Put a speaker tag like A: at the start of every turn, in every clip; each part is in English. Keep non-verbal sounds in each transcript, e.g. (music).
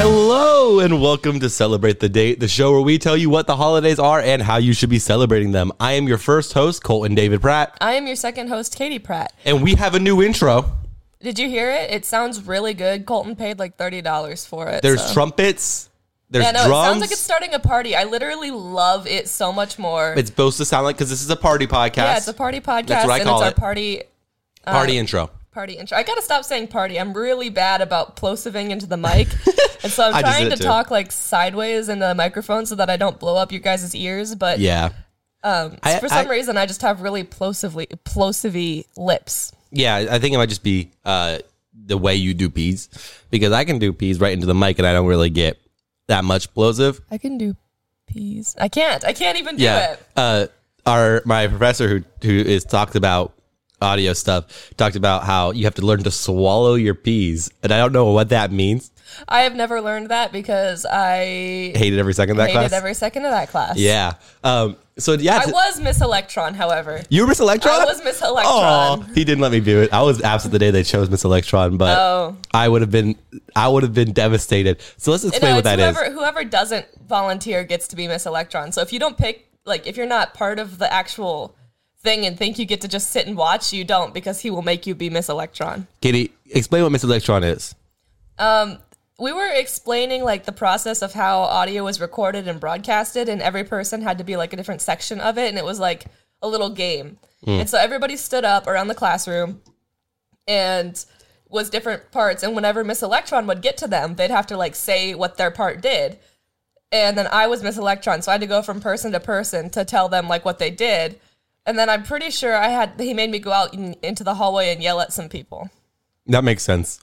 A: Hello and welcome to Celebrate the Date, the show where we tell you what the holidays are and how you should be celebrating them. I am your first host, Colton David Pratt,
B: I am your second host, Katie Pratt.
A: and we have a new intro.
B: Did you hear it? It sounds really good. Colton paid like thirty dollars for it.
A: There's
B: so.
A: trumpets, there's
B: Yeah, no, it
A: drums.
B: sounds like it's starting a party. I literally love it so much more.
A: It's supposed to sound like because this is a party podcast.
B: yeah, it's a party podcast,
A: That's what I
B: and
A: call
B: it's our
A: it.
B: party
A: party intro.
B: party intro. I gotta stop saying party. I'm really bad about plosiving into
A: (laughs)
B: the mic, and so
A: I
B: I'm
A: just
B: trying
A: did
B: to
A: it too.
B: talk like sideways in the microphone so that I don't blow up your guys' ears. But
A: Yeah, I-
B: Um, for some
A: I-
B: reason, I just have really plosively plosivy lips.
A: yeah. I think it might just be uh, the way you do peas because I can do peas right into the mic and I don't really get that much explosive.
B: I can do peas. I can't. I can't even do
A: yeah.
B: it.
A: Uh, our my professor who who is talked about audio stuff talked about how you have to learn to swallow your peas, and I don't know what that means.
B: I have never learned that because I
A: Hated every second of that
B: hated
A: class.
B: every second of that class.
A: yeah. Um. So yeah,
B: I
A: t-
B: was Miss Electron, however.
A: you were Miss Electron.
B: I was Miss Electron.
A: Oh, he didn't let me do it. I was absent the day they chose Miss Electron, but
B: Oh.
A: I would have been I would have been devastated. So let's explain
B: No,
A: what
B: it's
A: that is.
B: whoever whoever doesn't volunteer gets to be Miss Electron. So if you don't pick like if you're not part of the actual thing and think you get to just sit and watch, you don't because he will make you be Miss Electron.
A: Kitty, explain what Miss Electron is.
B: we were explaining like the process of how audio was recorded and broadcasted and every person had to be like a different section of it and it was like a little game and so everybody stood up around the classroom and was different parts and whenever miss electron would get to them they'd have to like say what their part did and then i was miss electron so i had to go from person to person to tell them like what they did and then i'm pretty sure i had he made me go out in, into the hallway and yell at some people
A: That makes sense.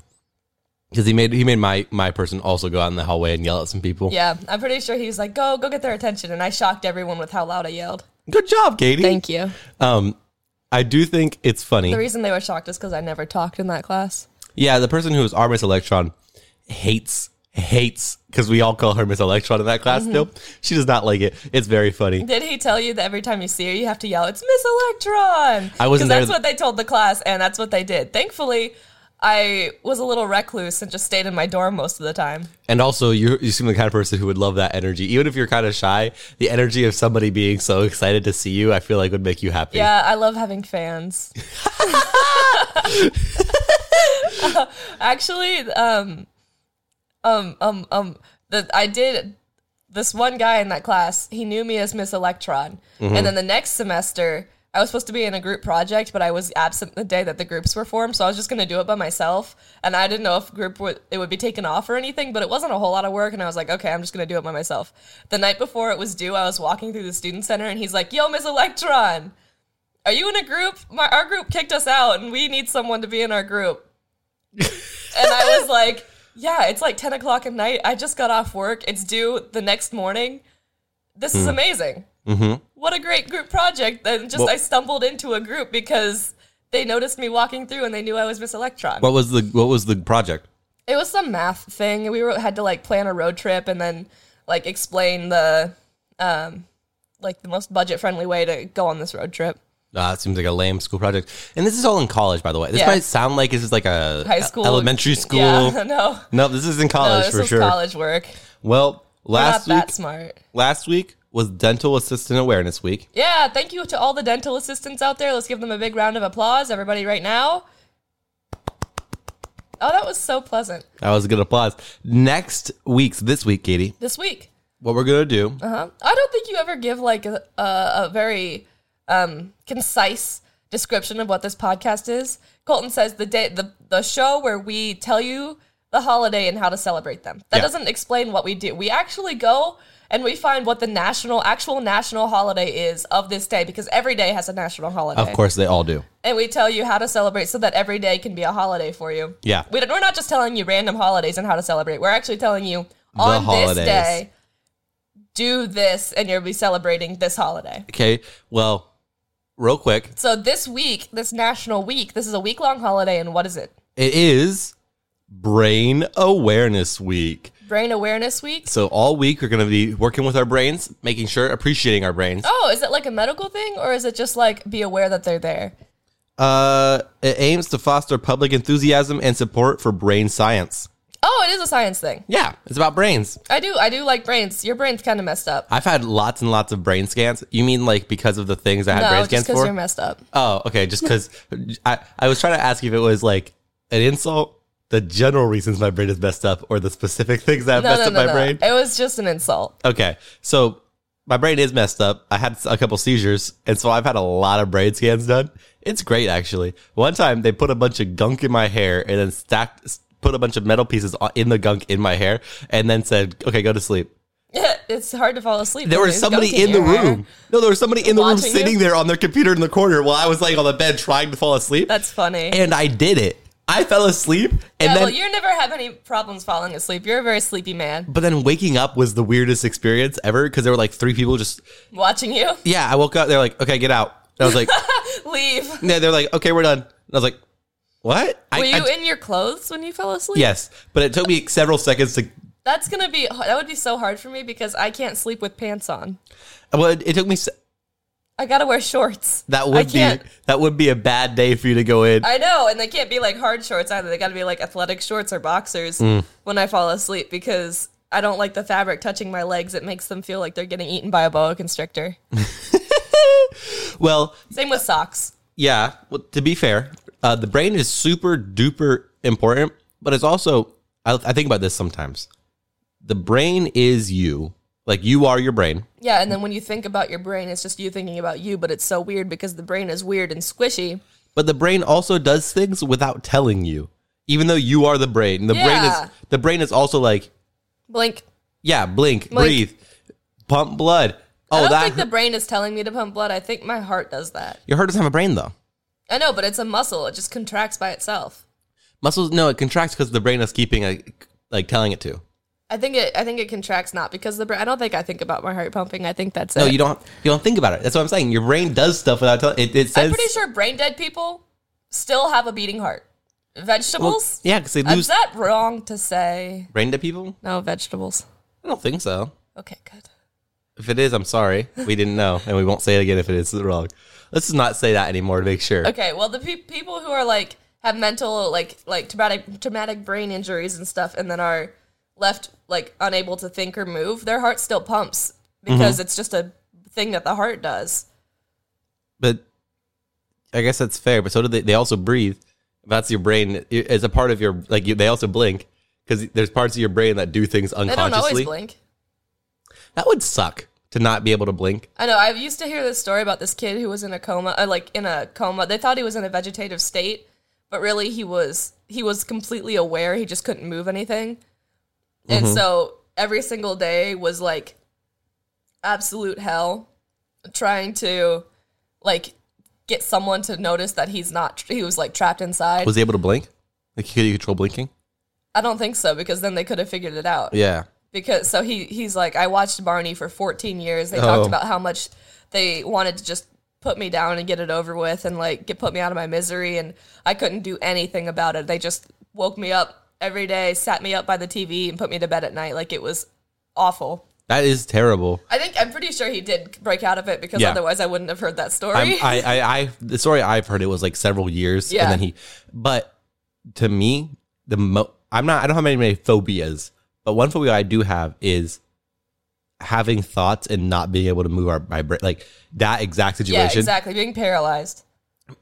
A: Because he made he made my my person also go out in the hallway and yell at some people.
B: Yeah, I'm pretty sure he was like, "Go, go get their attention," and I shocked everyone with how loud I yelled.
A: Good job, Katie.
B: Thank you.
A: Um, I do think it's funny.
B: The reason they were shocked is because I never talked in that class.
A: yeah, the person who is our Miss Electron hates hates because we all call her Miss Electron in that class.
B: Mm-hmm.
A: Still, she does not like it. It's very funny.
B: Did he tell you that every time you see her, you have to yell, "It's Miss Electron"?
A: I wasn't
B: 'Cause
A: there
B: That's
A: th-
B: what they told the class, and that's what they did. Thankfully, I was a little recluse and just stayed in my dorm most of the time.
A: And also, you you seem the kind of person who would love that energy, even if you're kind of shy. The energy of somebody being so excited to see you, I feel like would make you happy.
B: Yeah, I love having fans. Uh, Actually, um, um, um, um, the, I did this one guy in that class. He knew me as Miss Electron, and then the next semester. I was supposed to be in a group project, but I was absent the day that the groups were formed, so I was just going to do it by myself. And I didn't know if group would it would be taken off or anything, but it wasn't a whole lot of work. And I was like, okay, I'm just going to do it by myself. The night before it was due, I was walking through the student center, and he's like, "Yo, Miss Electron," are you in a group? My our group kicked us out, and we need someone to be in our group. and I was like, yeah, it's like ten o'clock at night. I just got off work. It's due the next morning. This is amazing. Mm-hmm. What a great group project! And just
A: Well-
B: I stumbled into a group because they noticed me walking through and they knew I was Miss Electron.
A: What was the What was the project?
B: It was some math thing. We were, had to like plan a road trip and then like explain the um like the most budget friendly way to go on this road trip.
A: Uh, it seems like a lame school project. And this is all in college, by the way. This
B: Yeah.
A: might sound like this is like a
B: High school,
A: E- elementary school.
B: (laughs) Yeah, no.
A: No, this is in college
B: no, this
A: for
B: was
A: sure.
B: college work.
A: Well,
B: We're
A: last
B: not
A: week,
B: that smart.
A: last week was Dental Assistant Awareness Week.
B: Yeah, thank you to all the dental assistants out there. Let's give them a big round of applause, everybody, right now. Oh, that was so pleasant.
A: That was a good applause. Next week's this week, Katie,
B: This week,
A: what we're gonna do?
B: huh? I don't think you ever give like a, a, a very um, concise description of what this podcast is. Colton says the day, the the show where we tell you the holiday and how to celebrate them. That
A: Yeah.
B: doesn't explain what we do. We actually go and we find what the national, actual national holiday is of this day because every day has a national holiday.
A: Of course, they all do.
B: and we tell you how to celebrate so that every day can be a holiday for you.
A: Yeah.
B: We don't, we're not just telling you random holidays and how to celebrate. We're actually telling you on
A: holidays.
B: this day, do this, and you'll be celebrating this holiday.
A: Okay. Well, real quick,
B: So this week, this national week, this is a week long holiday, and what is it?
A: it is Brain Awareness Week.
B: Brain Awareness Week.
A: So all week we're gonna be working with our brains, making sure appreciating our brains.
B: Oh, is it like a medical thing, or is it just like be aware that they're there?
A: Uh, it aims to foster public enthusiasm and support for brain science.
B: Oh, it is a science thing.
A: Yeah, it's about brains.
B: I do. I do like brains. Your brain's kind of messed up.
A: I've had lots and lots of brain scans. You mean like because of the things I had brain
B: No,
A: scans
B: just because
A: for?
B: you're messed up.
A: Oh, okay. Just because I, I was trying to ask if it was like an insult, the general reasons my brain is messed up, or the specific (laughs) things that
B: No,
A: messed
B: no,
A: up
B: no,
A: my
B: no.
A: brain.
B: It was just an insult. (laughs)
A: Okay. So my brain is messed up. I had a couple seizures, and so I've had a lot of brain scans done. It's great, actually. One time they put a bunch of gunk in my hair and then stacked, put a bunch of metal pieces o- in the gunk in my hair, and then said, okay, go to sleep.
B: it's hard to fall asleep.
A: There
B: when
A: was
B: there's
A: somebody
B: gunk
A: in the
B: your hair.
A: room. No, there was somebody in the room
B: Watching you?
A: sitting there on their computer in the corner while I was laying on the bed trying to fall asleep.
B: That's funny.
A: and I did it. I fell asleep, and
B: yeah,
A: then
B: well, you never have any problems falling asleep. You're a very sleepy man.
A: but then waking up was the weirdest experience ever because there were like three people just
B: Watching you (laughs)
A: yeah. I woke up. They're like, okay, get out. And I was like,
B: leave.
A: yeah. They're like, okay, we're done. And I was like, what? I,
B: Were you
A: I-
B: in your clothes when you fell asleep?
A: yes, but it took me several seconds to.
B: That's gonna be that would be so hard for me because I can't sleep with pants on.
A: Well, it, it took me. se-
B: I gotta wear shorts.
A: That
B: I
A: would be
B: can't-
A: that would be a bad day for you to go in.
B: I know, and they can't be like hard shorts either. They gotta be like athletic shorts or boxers
A: Mm.
B: when I fall asleep because I don't like the fabric touching my legs. It makes them feel like they're getting eaten by a boa constrictor.
A: well,
B: Same with socks.
A: yeah. Well, to be fair, uh, the brain is super duper important, but it's also I, I think about this sometimes. The brain is you. Like you are your brain.
B: Yeah, and then when you think about your brain, it's just you thinking about you, but it's so weird because the brain is weird and squishy.
A: but the brain also does things without telling you even though you are the brain the brain
B: Yeah.
A: is the brain is also like
B: Blink.
A: yeah blink,
B: Blink.
A: breathe pump blood
B: I
A: oh
B: don't
A: that
B: think the brain is telling me to pump blood. I think my heart does that.
A: your heart doesn't have a brain though
B: I know, but it's a muscle. It just contracts by itself.
A: muscles no it contracts because the brain is keeping like, like telling it to
B: I think it. I think it contracts not because the brain. I don't think I think about my heart pumping. I think that's it.
A: no you don't you don't think about it that's what i'm saying your brain does stuff without telling it, it
B: I'm
A: says
B: pretty sure brain dead people still have a beating heart.
A: well,
B: Vegetables?
A: yeah because they
B: Is
A: lose
B: that wrong to say?
A: brain to people
B: No vegetables.
A: i don't think so
B: Okay, good.
A: if it is i'm sorry we didn't know and we won't say it again if it is wrong let's just not say that anymore to make sure
B: Okay, well the pe- people who are like have mental like like traumatic traumatic brain injuries and stuff, and then are left like unable to think or move, their heart still pumps because it's just a thing that the heart does.
A: but I guess that's fair. But so do they. They also breathe. That's your brain. It's a part of your like. You, they also blink because there's parts of your brain that do things
B: They don't
A: unconsciously.
B: always blink.
A: That would suck to not be able to blink.
B: I know. I used to hear this story about this kid who was in a coma, uh, like in a coma. They thought he was in a vegetative state, but really he was he was completely aware. He just couldn't move anything, and so every single day was like absolute hell, trying to like get someone to notice that he's not. He was like trapped inside.
A: Was he able to blink? Like could you control blinking?
B: I don't think so because then they could have figured it out.
A: Yeah.
B: because so he he's like I watched Barney for 14 years. They talked
A: Oh.
B: about how much they wanted to just put me down and get it over with and like get put me out of my misery and I couldn't do anything about it. They just woke me up every day, sat me up by the TV and put me to bed at night like it was awful.
A: That is terrible.
B: I think I'm pretty sure he did break out of it because
A: Yeah.
B: otherwise I wouldn't have heard that
A: I'm,
B: story.
A: I, I, I, the story I've heard it was like several years,
B: Yeah.
A: and then he. But to me, the mo- I'm not. I don't have many, many phobias, but one phobia I do have is having thoughts and not being able to move our my brain, like that exact situation.
B: (laughs) yeah, exactly. Being paralyzed.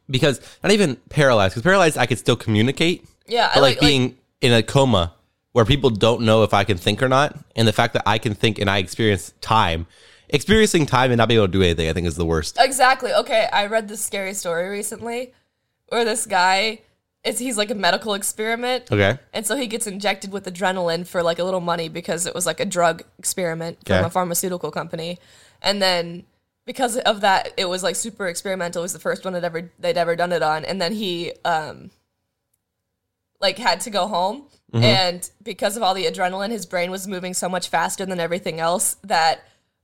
A: Because not even paralyzed, because paralyzed I could still communicate,
B: Yeah,
A: but like, being in a coma where people don't know if I can think or not, and the fact that I can think and I experience time, experiencing time and not being able to do anything, I think is the worst.
B: Exactly. Okay, I read this scary story recently where this guy is he's like a medical experiment
A: Okay.
B: And so he gets injected with adrenaline for like a little money because it was like a drug experiment from
A: Okay.
B: a pharmaceutical company. And then because of that, it was like super experimental. It was the first one that ever they'd ever done it on. And then he um like had to go home. And because of all the adrenaline, his brain was moving so much faster than everything else that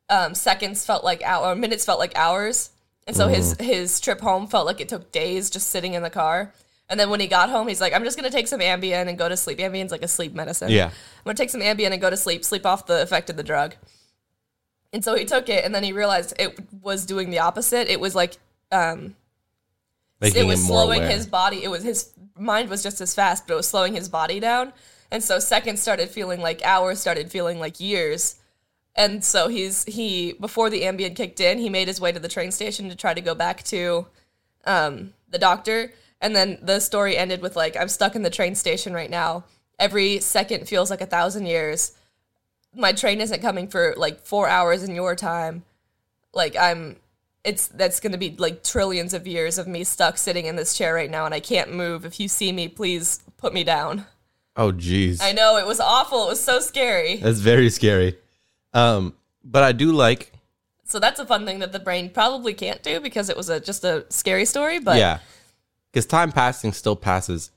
B: um, seconds felt like hour, minutes felt like hours, and so his his trip home felt like it took days just sitting in the car. And then when he got home, he's like, "I'm just gonna take some Ambien and go to sleep." Ambien's like a sleep medicine.
A: Yeah.
B: I'm gonna take some Ambien and go to sleep, sleep off the effect of the drug. And so he took it, and then he realized it was doing the opposite. It was like um, it was slowing his body. It was his mind was just as fast, but it was slowing his body down. And so seconds started feeling like hours, started feeling like years. And so he's he before the ambient kicked in, he made his way to the train station to try to go back to um, the doctor. And then the story ended with like, I'm stuck in the train station right now. Every second feels like a thousand years. My train isn't coming for like four hours in your time. Like I'm it's that's going to be like trillions of years of me stuck sitting in this chair right now and I can't move. If you see me, please put me down.
A: Oh, jeez.
B: I know it was awful. It was so scary.
A: That's very scary. Um, but I do like,
B: So that's a fun thing that the brain probably can't do because it was a just a scary story, but
A: yeah, because time passing still passes.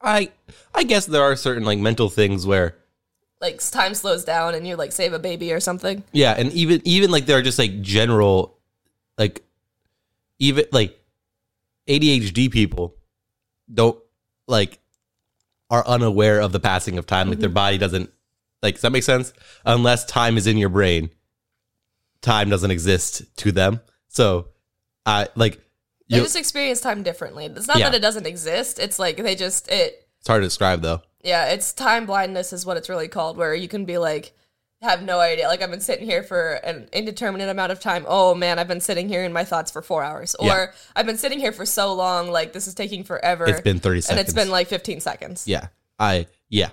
A: I I guess there are certain like mental things where
B: like time slows down and you like save a baby or something.
A: yeah, and even even like there are just like general like even like ADHD people don't like are unaware of the passing of time. Like
B: Mm-hmm.
A: their body doesn't like does that make sense? Unless time is in your brain, time doesn't exist to them. So I like
B: They
A: you,
B: just experience time differently. It's not
A: Yeah.
B: that it doesn't exist. It's like they just it
A: it's hard to describe though.
B: Yeah, it's time blindness is what it's really called, where you can be like, have no idea. Like I've been sitting here for an indeterminate amount of time. Oh man, I've been sitting here in my thoughts for four hours, or
A: Yeah.
B: I've been sitting here for so long, like this is taking forever.
A: It's been thirty
B: and
A: seconds.
B: it's been like fifteen seconds.
A: Yeah. I yeah.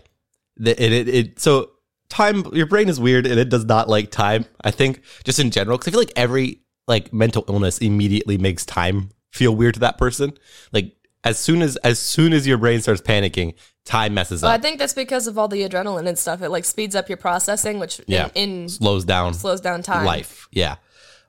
A: The- It, it it so time your brain is weird and it does not like time. I think just in general cuz I feel like every like mental illness immediately makes time feel weird to that person. Like as soon as as soon as your brain starts panicking, time messes
B: But I
A: up,
B: think that's because of all the adrenaline and stuff. It like speeds up your processing, which
A: Yeah.
B: in, in
A: slows down
B: slows down time.
A: life. Yeah.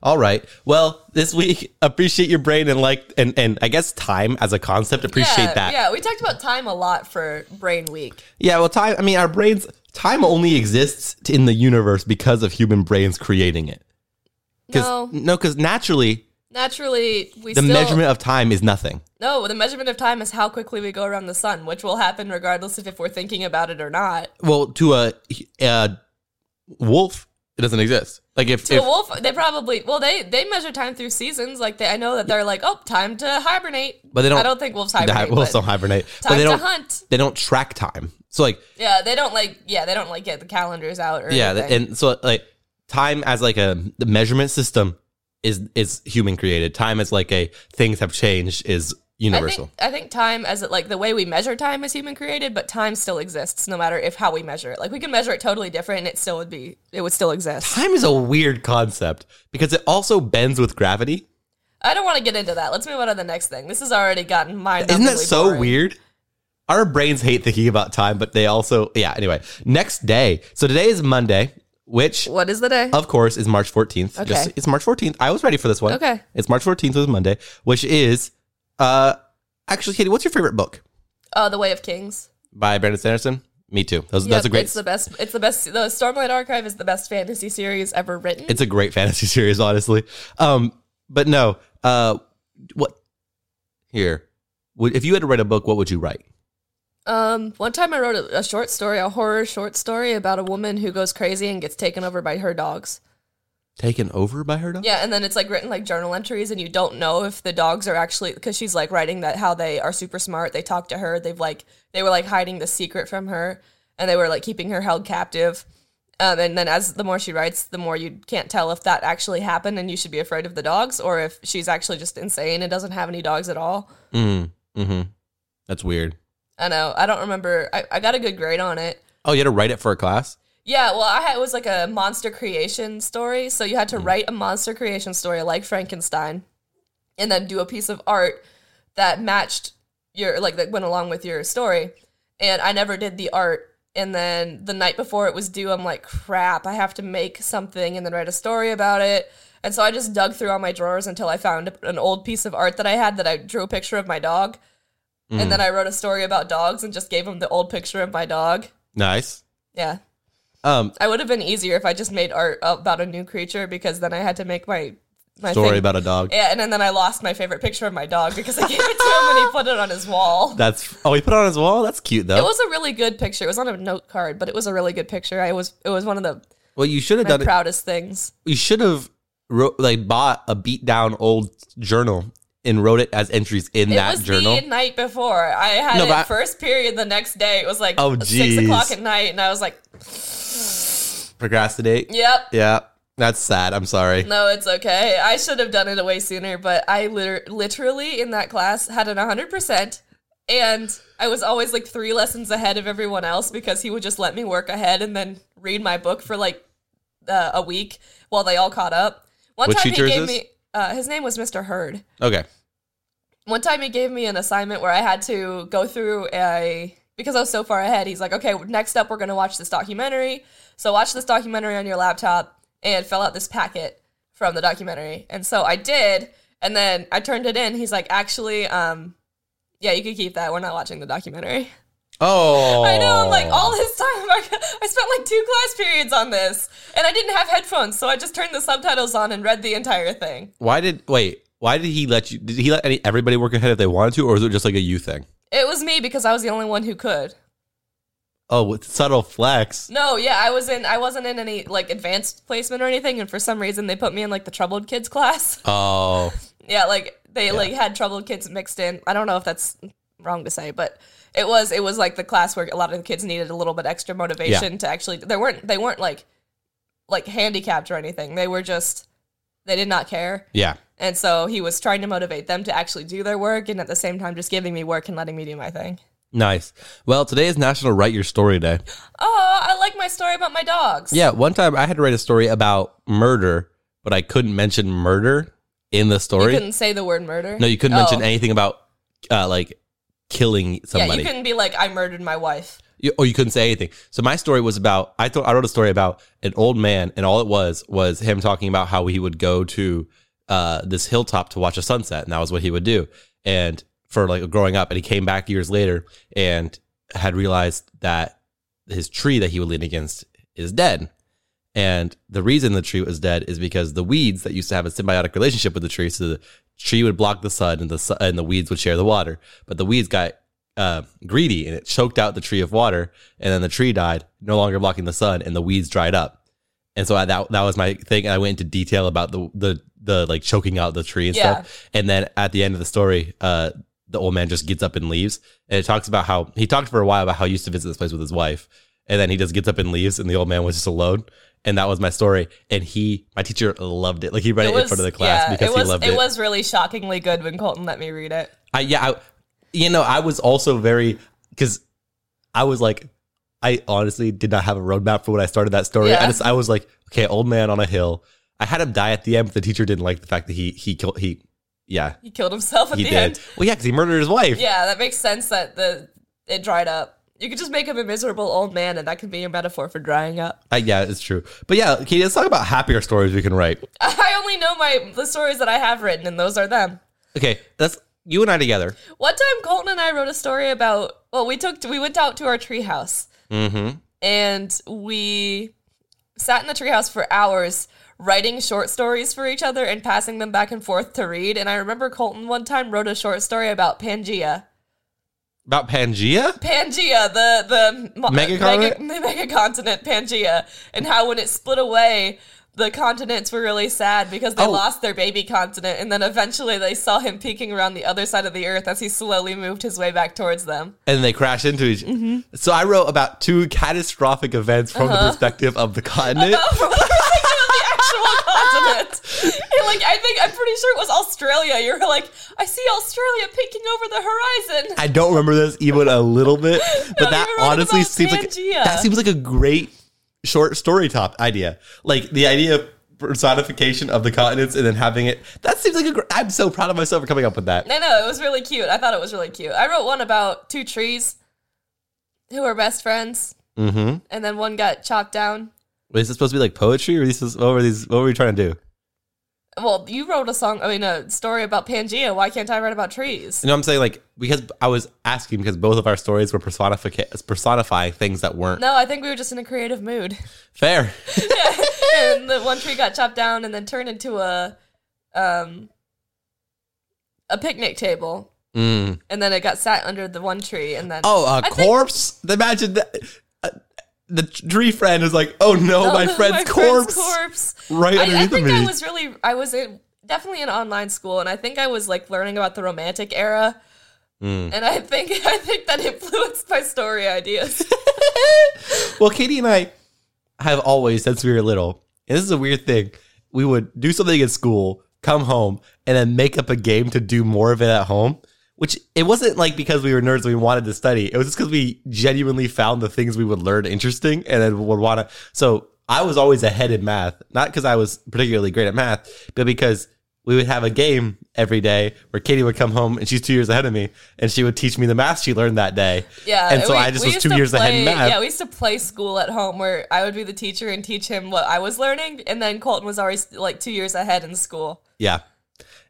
A: All right. Well, this week (laughs) appreciate your brain and like and and I guess time as a concept appreciate
B: yeah,
A: that.
B: Yeah, we talked about time a lot for Brain Week.
A: Yeah, well, time. I mean, our brains. Time only exists t- in the universe because of human brains creating it. 'Cause-
B: No.
A: no, because naturally,
B: Naturally, we
A: the
B: still
A: measurement of time is nothing.
B: No, the measurement of time is how quickly we go around the sun, which will happen regardless of if we're thinking about it or not.
A: Well, to a, a wolf, it doesn't exist. Like if,
B: To
A: if
B: a wolf, they probably well they they measure time through seasons. Like they, I know that they're like, oh, time to hibernate.
A: But they don't-
B: I don't
A: (laughs)
B: think wolves
A: the
B: hibernate.
A: hi- wolves
B: but
A: don't hibernate, but
B: time
A: they don't.
B: to hunt.
A: They don't track time. So like,
B: Yeah, they don't like. Yeah, they don't like get the calendars out or
A: yeah,
B: Anything.
A: and so like, time as like a the measurement system is is human created. Time as like a things have changed is
B: I
A: universal.
B: think, I think time as it like the way we measure time is human created, but time still exists no matter if how we measure it. Like we can measure it totally different and it still would be it would still exist.
A: Time is a weird concept because it also bends with gravity.
B: I don't want to get into that. Let's move on to the next thing. This has already gotten mind.
A: Isn't that so weird? Our brains hate thinking about time, but they also, yeah, anyway. Next day. So today is Monday, which,
B: What is the day?
A: of course, is March 14th.
B: Okay.
A: it's March 14th. I was ready for this one.
B: Okay.
A: It's March 14th, was Monday, which is, uh, actually, Katie, what's your favorite book
B: Oh, The Way of Kings.
A: by Brandon Sanderson? Me too. Those, that's a
B: Yep,
A: great,
B: It's the best. It's the best. The Stormlight Archive is the best fantasy series ever written.
A: it's a great fantasy (laughs) series, honestly. Um, but no, uh, what, here, would, if you had to write a book, what would you write?
B: um, one time I wrote a, a short story, a horror short story about a woman who goes crazy and gets taken over by her dogs.
A: Taken over by her dog?
B: Yeah, and then it's like written like journal entries, and you don't know if the dogs are actually because she's like writing that how they are super smart. They talk to her. They've like they were like hiding the secret from her, and they were like keeping her held captive. Um, and then as the more she writes, the more you can't tell if that actually happened, and you should be afraid of the dogs, or if she's actually just insane and doesn't have any dogs at all.
A: Mm, hmm That's weird.
B: I know. I don't remember. I, I got a good grade on it.
A: Oh, you had to write it for a class?
B: Yeah, well, I had, it was like a monster creation story. So you had to write a monster creation story like Frankenstein, and then do a piece of art that matched your like that went along with your story. And I never did the art. And then the night before it was due, I'm like, crap, I have to make something and then write a story about it. And so I just dug through all my drawers until I found an old piece of art that I had that I drew a picture of my dog. And then I wrote a story about dogs and just gave him the old picture of my dog.
A: Nice.
B: Yeah.
A: Um,
B: I would have been easier if I just made art about a new creature because then I had to make my my
A: story
B: thing.
A: about a dog.
B: yeah, and, then I lost my favorite picture of my dog because I gave it to him and he put it on his wall.
A: That's oh, he put it on his wall. That's cute
B: It
A: though.
B: was a really good picture. It was on a note card, but it was a really good picture. I was it was one of the
A: well, you should have
B: my
A: done.
B: proudest things.
A: it. You should have wrote like bought a beat down old journal and wrote it as entries in
B: It
A: that
B: was
A: journal.
B: the night before. I had
A: No,
B: it
A: but I-
B: first period the next day. It was like
A: Oh,
B: six o'clock
A: jeez.
B: at night, and I was like,
A: Procrastinate.
B: "Yep,
A: Yeah. That's sad. I'm sorry.
B: (laughs) no, it's okay. I should have done it way sooner." But I liter- literally in that class had an hundred percent, and I was always like three lessons ahead of everyone else because he would just let me work ahead and then read my book for like uh, a week while they all caught up. One
A: What
B: time
A: teacher
B: he
A: is
B: gave
A: this?
B: me uh, his name was Mr. Hurd.
A: Okay.
B: one time he gave me an assignment where I had to go through a because I was so far ahead. He's like, "Okay, next up we're going to watch this documentary. So watch this documentary on your laptop and fill out this packet from the documentary." And so I did, and then I turned it in. He's like, "Actually, um yeah, you could keep that. We're not watching the documentary."
A: Oh.
B: I know. I'm like all this time. (laughs) I, I spent like two class periods on this, and I didn't have headphones, so I just turned the subtitles on and read the entire thing.
A: Why did wait? Why did he let you? Did he let any, everybody work ahead if they wanted to, or was it just like a you thing?
B: It was me because I was the only one who could.
A: Oh, with subtle flex.
B: No, yeah, I was in. I wasn't in any like advanced placement or anything, and for some reason they put me in like the troubled kids (laughs) class.
A: Oh,
B: yeah, like they like had troubled kids mixed in. I don't know if that's wrong to say, but it was it was like the class where a lot of the kids needed a little bit extra motivation to actually. They weren't they weren't like like handicapped or anything. They were just they did not care,
A: yeah.
B: and so he was trying to motivate them to actually do their work, and at the same time just giving me work and letting me do my thing.
A: Nice. Well, today is National Write Your Story Day.
B: Oh, I like my story about my dogs.
A: Yeah, one time I had to write a story about murder, but I couldn't mention murder in the
B: you
A: story.
B: couldn't say the word murder.
A: no, you couldn't mention
B: Oh.
A: anything about uh, like killing
B: Yeah,
A: somebody.
B: you couldn't be like, I murdered my wife.
A: you, or you couldn't say anything. So my story was about I thought I wrote a story about an old man, and all it was was him talking about how he would go to uh, this hilltop to watch a sunset, and that was what he would do. And for like growing up, and he came back years later and had realized that his tree that he would lean against is dead. And the reason the tree was dead is because the weeds that used to have a symbiotic relationship with the tree, so the tree would block the sun and the su- and the weeds would share the water. But the weeds got uh, greedy and it choked out the tree of water, and then the tree died, no longer blocking the sun, and the weeds dried up. And so I, that that was my thing. I went into detail about the the the like choking out the tree and
B: Yeah.
A: stuff. And then at the end of the story, uh, the old man just gets up and leaves. And it talks about how he talked for a while about how he used to visit this place with his wife, and then he just gets up and leaves, and the old man was just alone. And that was my story. And he, my teacher, loved it. Like he read it, in front of the class
B: yeah,
A: because
B: it was,
A: he loved it.
B: It was really shockingly good when Colton let me read it.
A: I yeah, I, you know, I was also very because I was like, I honestly did not have a roadmap for when I started that story. I
B: Yeah.
A: just I was like, okay, old man on a hill. I had him die at the end, but the teacher didn't like the fact that he he killed he yeah
B: He killed himself at
A: he
B: the
A: did
B: end.
A: well yeah because he murdered his wife
B: Yeah, that makes sense that the it dried up. You could just make him a miserable old man, and that could be your metaphor for drying up. (laughs)
A: Uh, yeah it's true but yeah Katie let's talk about happier stories we can write
B: I only know my the stories that I have written, and those are them.
A: okay that's you and I together
B: One time, Colton and I wrote a story about. Well, we took we went out to our treehouse,
A: mm-hmm
B: and we sat in the treehouse for hours writing short stories for each other and passing them back and forth to read. And I remember Colton one time wrote a short story about Pangea.
A: about Pangea
B: Pangea, the the mo-
A: Mega
B: mega,
A: continent?
B: the mega continent Pangea, and how when it split away, the continents were really sad because they
A: Oh.
B: lost their baby continent, and then eventually they saw him peeking around the other side of the earth as he slowly moved his way back towards them. (laughs)
A: and they crash into each
B: Mm-hmm.
A: so I wrote about two catastrophic events from
B: Uh-huh.
A: the perspective of the continent
B: (laughs) from the perspective of the actual continent. And, like I think I'm pretty sure it was Australia. You were like, I see Australia peeking over the horizon.
A: I don't remember this even a little
B: (laughs)
A: bit, but
B: Don't
A: that
B: even write
A: honestly
B: about
A: seems like
B: Pangea.
A: that seems like a great short story top idea. Like the idea of personification of the continents and then having it. That seems like a. Gr- I'm so proud of myself for coming up with that.
B: I know it was really cute. I thought it was really cute. I wrote one about two trees who were best friends,
A: Mm-hmm.
B: and then one got chopped down.
A: Is this supposed to be like poetry, or this is what were these? What were we trying to do?
B: Well, you wrote a song. I mean, a story about Pangea. Why can't I write about trees?
A: You know, what I'm saying like because I was asking because both of our stories were personific personifying things that weren't
B: No, I think we were just in a creative mood. (laughs)
A: fair.
B: and the one tree got chopped down and then turned into a um a picnic table.
A: Mm.
B: And then it got sat under the one tree and then
A: Oh, a
B: I think-
A: corpse! Imagine that. Uh, the tree
B: (laughs)
A: friend is like, "Oh no, my
B: (laughs) Oh,
A: friend's
B: my
A: corpse!"
B: corpse.
A: Right
B: I, I
A: underneath
B: think
A: me.
B: I was really I was in definitely in online school, and I think I was like learning about the Romantic era,
A: Mm.
B: and I think (laughs) I think that influenced my story ideas.
A: Well, Katie and I have always, since we were little, and this is a weird thing, we would do something at school, come home, and then make up a game to do more of it at home. Which it wasn't like because we were nerds and we wanted to study. It was just because we genuinely found the things we would learn interesting and then would want to. So I was always ahead in math, not because I was particularly great at math, but because we would have a game every day where Katie would come home and she's two years ahead of me and she would teach me the math she learned that day.
B: Yeah,
A: And so
B: we-
A: I just
B: we
A: was
B: used
A: two
B: to
A: years ahead in
B: play-
A: math.
B: Yeah, we used to play school at home where I would be the teacher and teach him what I was learning, and then Colton was always like two years ahead in school.
A: Yeah.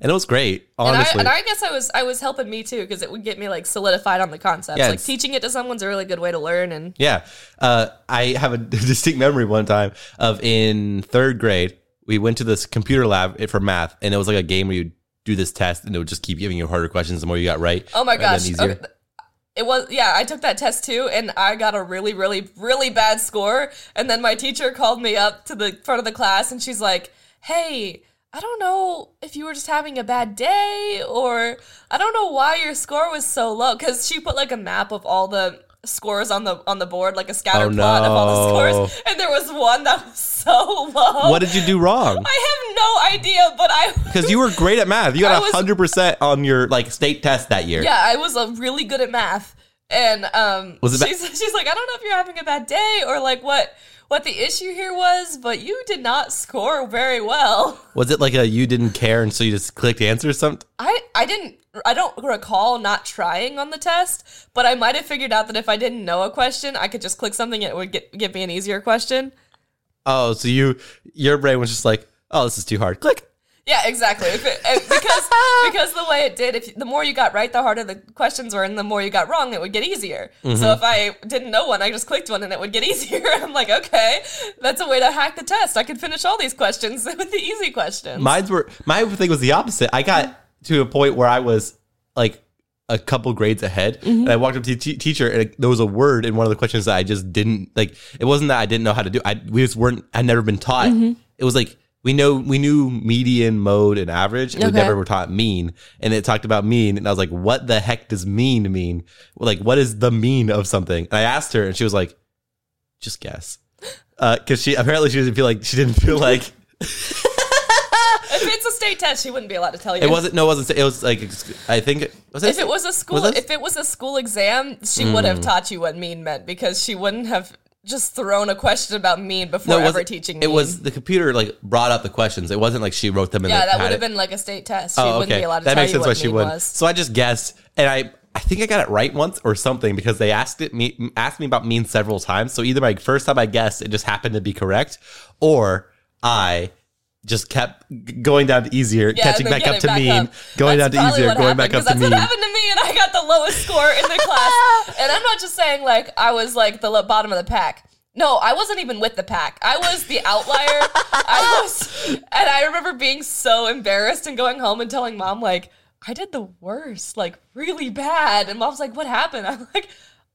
A: And it was great,
B: And I,
A: honestly.
B: and I guess I was I was helping me too because it would get me like solidified on the concepts.
A: Yeah,
B: like
A: it's-
B: teaching it to someone's a really good way to learn. And
A: yeah. Uh, I have a (laughs) distinct memory one time of in third grade, we went to this computer lab for math, and it was like a game where you do this test and it would just keep giving you harder questions the more you got right.
B: oh my
A: and then
B: gosh,
A: easier.
B: okay, th- it was yeah. I took that test too, and I got a really really really bad score. And then my teacher called me up to the front of the class, and she's like, "Hey." I don't know if you were just having a bad day or I don't know why your score was so low cuz she put like a map of all the scores on the on the board like a scatter plot of all the
A: Oh, no.
B: scores and there was one that was so low.
A: What did you do wrong?
B: (laughs) I have no idea, but
A: (laughs)
B: I
A: Because you were great at math. You
B: I
A: got
B: was-
A: hundred percent on your like state test that year.
B: yeah, I was uh, really good at math, and um,
A: Was it ba-
B: she's, (laughs) she's like, I don't know if you're having a bad day or like what what the issue here was, but you did not score very well. (laughs)
A: Was it like a you didn't care and so you just clicked answer or something?
B: I I didn't I don't recall not trying on the test, but I might have figured out that if I didn't know a question, I could just click something and it would get give me an easier question.
A: Oh, so you your brain was just like, oh, this is too hard. Click.
B: Yeah, exactly. If it- if-
A: (laughs)
B: because because the way it did, if the more you got right, the harder the questions were, and the more you got wrong, it would get easier.
A: Mm-hmm.
B: So if I didn't know one, I just clicked one, and it would get (laughs) easier. I'm like, okay, that's a way to hack the test. I could finish all these questions (laughs) with the easy questions.
A: Mine's were my thing was the opposite. I got to a point where I was like a couple grades ahead, and I walked up to the te- teacher, and there was a word in one of the questions that I just didn't like. It wasn't that I didn't know how to do. I we just weren't. I'd never been taught. It was like we know we knew median, mode, and average. And We
B: Okay.
A: never were taught mean, and it talked about mean, and I was like, "What the heck does mean mean? Like, what is the mean of something?" And I asked her, and she was like, "Just guess," because she apparently she didn't feel like she didn't feel like.
B: if it's a state test, she wouldn't be allowed to tell you.
A: It wasn't. No, it wasn't. It was like I think. Was it?
B: if it was a school,
A: Was Mm. it-
B: if it was a school exam, she would have taught you what mean meant because she wouldn't have just thrown a question about mean before
A: it
B: ever
A: wasn't-
B: teaching.
A: It
B: mean.
A: was the computer like brought up the questions. It wasn't like she wrote them. in
B: yeah,
A: the,
B: that
A: had
B: would
A: it.
B: have been like a state test. She
A: Oh,
B: wouldn't
A: okay.
B: be allowed to
A: that
B: tell
A: makes
B: you
A: sense
B: what
A: why she
B: mean
A: wouldn't.
B: was.
A: So I just guessed, and I I think I got it right once or something because they asked it me asked me about mean several times. So either my first time I guessed it just happened to be correct, or I just kept g- going down to easier,
B: Yeah,
A: catching
B: and then
A: back up to
B: getting
A: mean,
B: back up.
A: going
B: That's
A: down to
B: probably
A: easier,
B: what
A: going back
B: happened,
A: up
B: 'cause
A: to mean.
B: That's what happened to me, and I got the lowest score in the
A: (laughs)
B: class. And I'm not just saying like I was like the lo- bottom of the pack. No, I wasn't even with the pack. I was the
A: (laughs)
B: outlier. I was, and I remember being so embarrassed and going home and telling mom like I did the worst, like really bad. And mom's like, "What happened?" I'm like,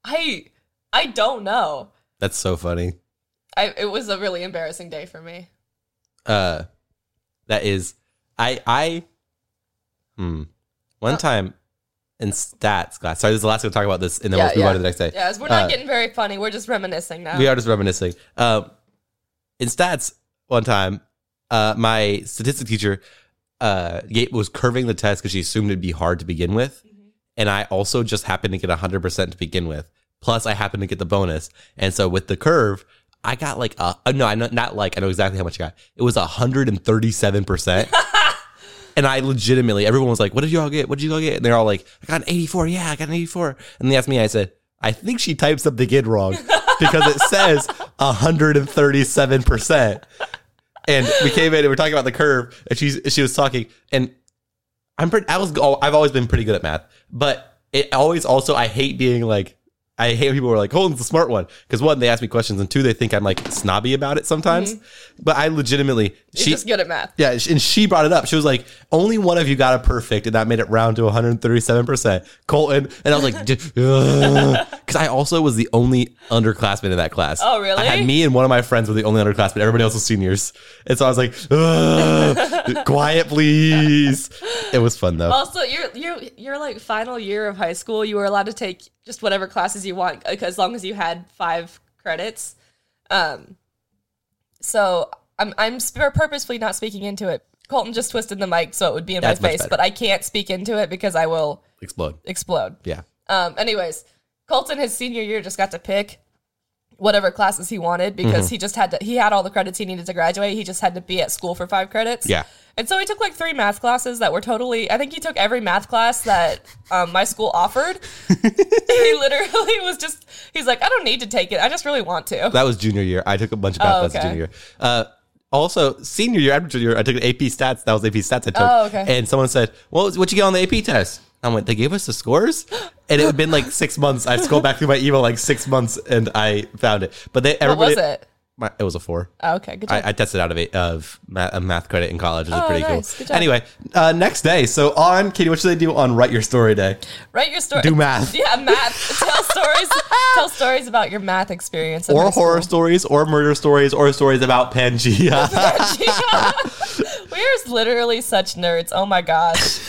B: "I, I don't know."
A: That's so funny.
B: I, it was a really embarrassing day for me.
A: uh that is i i hmm
B: Oh.
A: one time in stats class sorry this is the last thing we'll talk about this and then
B: Yeah,
A: we'll move
B: yeah.
A: on to the next day
B: Yeah, we're not
A: Uh,
B: getting very funny. We're just reminiscing now.
A: we are just reminiscing um in stats one time uh my statistics teacher uh ga- was curving the test because she assumed it'd be hard to begin with
B: Mm-hmm.
A: and i also just happened to get 100% to begin with plus i happened to get the bonus and so with the curve I got like a uh, no, I know not like I know exactly how much I got. It was hundred and thirty seven percent, and I legitimately everyone was like, "What did you all get? What did you all get?" And they're all like, "I got an eighty four. Yeah, I got an eighty four. And they asked me, I said, "I think she typed something in wrong because it says hundred and thirty seven percent." And we came in and we we're talking about the curve, and she's she was talking, and I'm pretty. I was. al- I've always been pretty good at math, but it always also I hate being like. I hate when people are like, Holden's the smart one. Because one, they ask me questions, and two, they think I'm like snobby about it sometimes. But I legitimately,
B: He's
A: She-
B: just good at math.
A: Yeah, sh- and she brought it up. She was like, "Only one of you got it perfect, and that made it round to 137 percent." Colton and I was (laughs) like, "Because I also was the only underclassman in that class."
B: Oh, really?
A: I had me and one of my friends were the only underclassmen. Everybody else was seniors, and so I was like,
B: (laughs)
A: "Ugh, "Quiet, please." It was fun though.
B: Also, you're you're you're like final year of high school. You were allowed to take just whatever classes you want, like, as long as you had five credits. Um, so I'm I'm sp- purposefully not speaking into it. Colton just twisted the mic so it would be in
A: That's
B: my
A: much
B: face,
A: better.
B: but I can't speak into it because I will
A: Explode.
B: explode.
A: Yeah.
B: Um, anyways, Colton his senior year just got to pick whatever classes he wanted because
A: Mhm.
B: he just had to he had all the credits he needed to graduate. He just had to be at school for five credits.
A: Yeah.
B: And so he took like three math classes that were totally I think he took every math class that um, my school
A: (laughs)
B: offered. he literally was just he's like, I don't need to take it. I just really want to.
A: That was junior year. I took a bunch of math
B: Oh,
A: classes
B: okay.
A: junior year. Uh, also, senior year after junior year, I took an AP stats. That was AP stats I took.
B: Oh, okay.
A: And someone said, "Well, what you get on the AP test?" I went, "They gave us the scores," and it had been like six months. I scrolled back through my email like six months, and I found it. But they
B: What
A: everybody
B: was it?
A: My, it was a four.
B: Oh, okay, good job.
A: I, I tested out of eight of math, a math credit in college, which is
B: Oh,
A: pretty
B: nice. Good
A: cool.
B: job.
A: Anyway, uh, next day. So on Katie, what should they do on Write Your Story Day?
B: Write your story.
A: Do math.
B: (laughs) Yeah, math. tell stories. Tell stories about your math experience. in
A: Or
B: high school.
A: horror stories, or murder stories, or stories about
B: (laughs)
A: Pangea.
B: we are literally such nerds. Oh my gosh.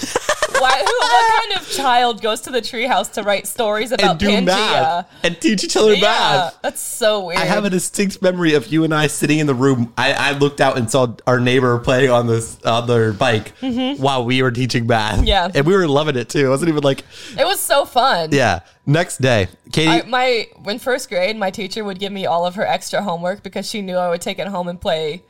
B: Why, who, what kind of child goes to the treehouse to write stories
A: and
B: about
A: do
B: Pangea?
A: math and teach each other
B: Yeah,
A: math.
B: that's so weird.
A: I have a distinct memory of you and I sitting in the room. I, I looked out and saw our neighbor playing on this on their bike while we were teaching math.
B: Mm-hmm. Yeah.
A: and we were loving it too. I wasn't even like,
B: it was so fun.
A: yeah. Next day,
B: I,
A: Katie.
B: my in first grade, my teacher would give me all of her extra homework because she knew I would take it home and play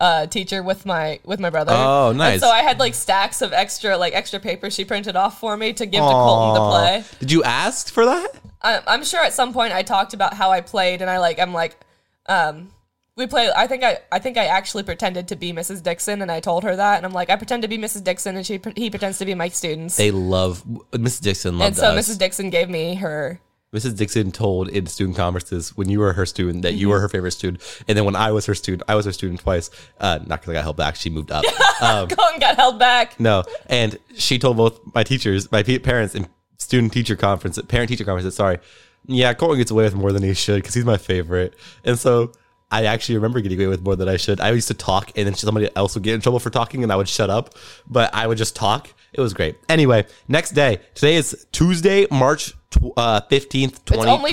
B: uh, teacher with my with my brother.
A: Oh,
B: And
A: nice.
B: so I had like stacks of extra like extra papers she printed off for me to give to Colton to
A: Aw.
B: play.
A: Did you ask for that?
B: I, I'm sure at some point I talked about how I played, and I like I'm like, um, we play. I think I I think I actually pretended to be Mrs. Dixon, and I told her that, and I'm like, I pretend to be Mrs. Dixon, and she pre- he pretends to be my students,
A: They love Mrs. Dixon. Loved
B: and so
A: us.
B: Mrs. Dixon gave me her. (laughs)
A: Mrs. Dixon told in student conferences when you were her student that
B: Mm-hmm.
A: you were her favorite student, and then when I was her student, I was her student twice. Uh, not because I got held back; she
B: (laughs)
A: moved up. Um,
B: Colin got held back.
A: No, and she told both my teachers, my pe- parents, and student teacher conference, parent teacher conferences. Sorry, yeah, Colton gets away with more than he should because he's my favorite, and so I actually remember getting away with more than I should. I used to talk, and then somebody else would get in trouble for talking, and I would shut up, but I would just talk. It was great. Anyway, next day. Today is Tuesday, March fifteenth, uh, fifteenth,
B: only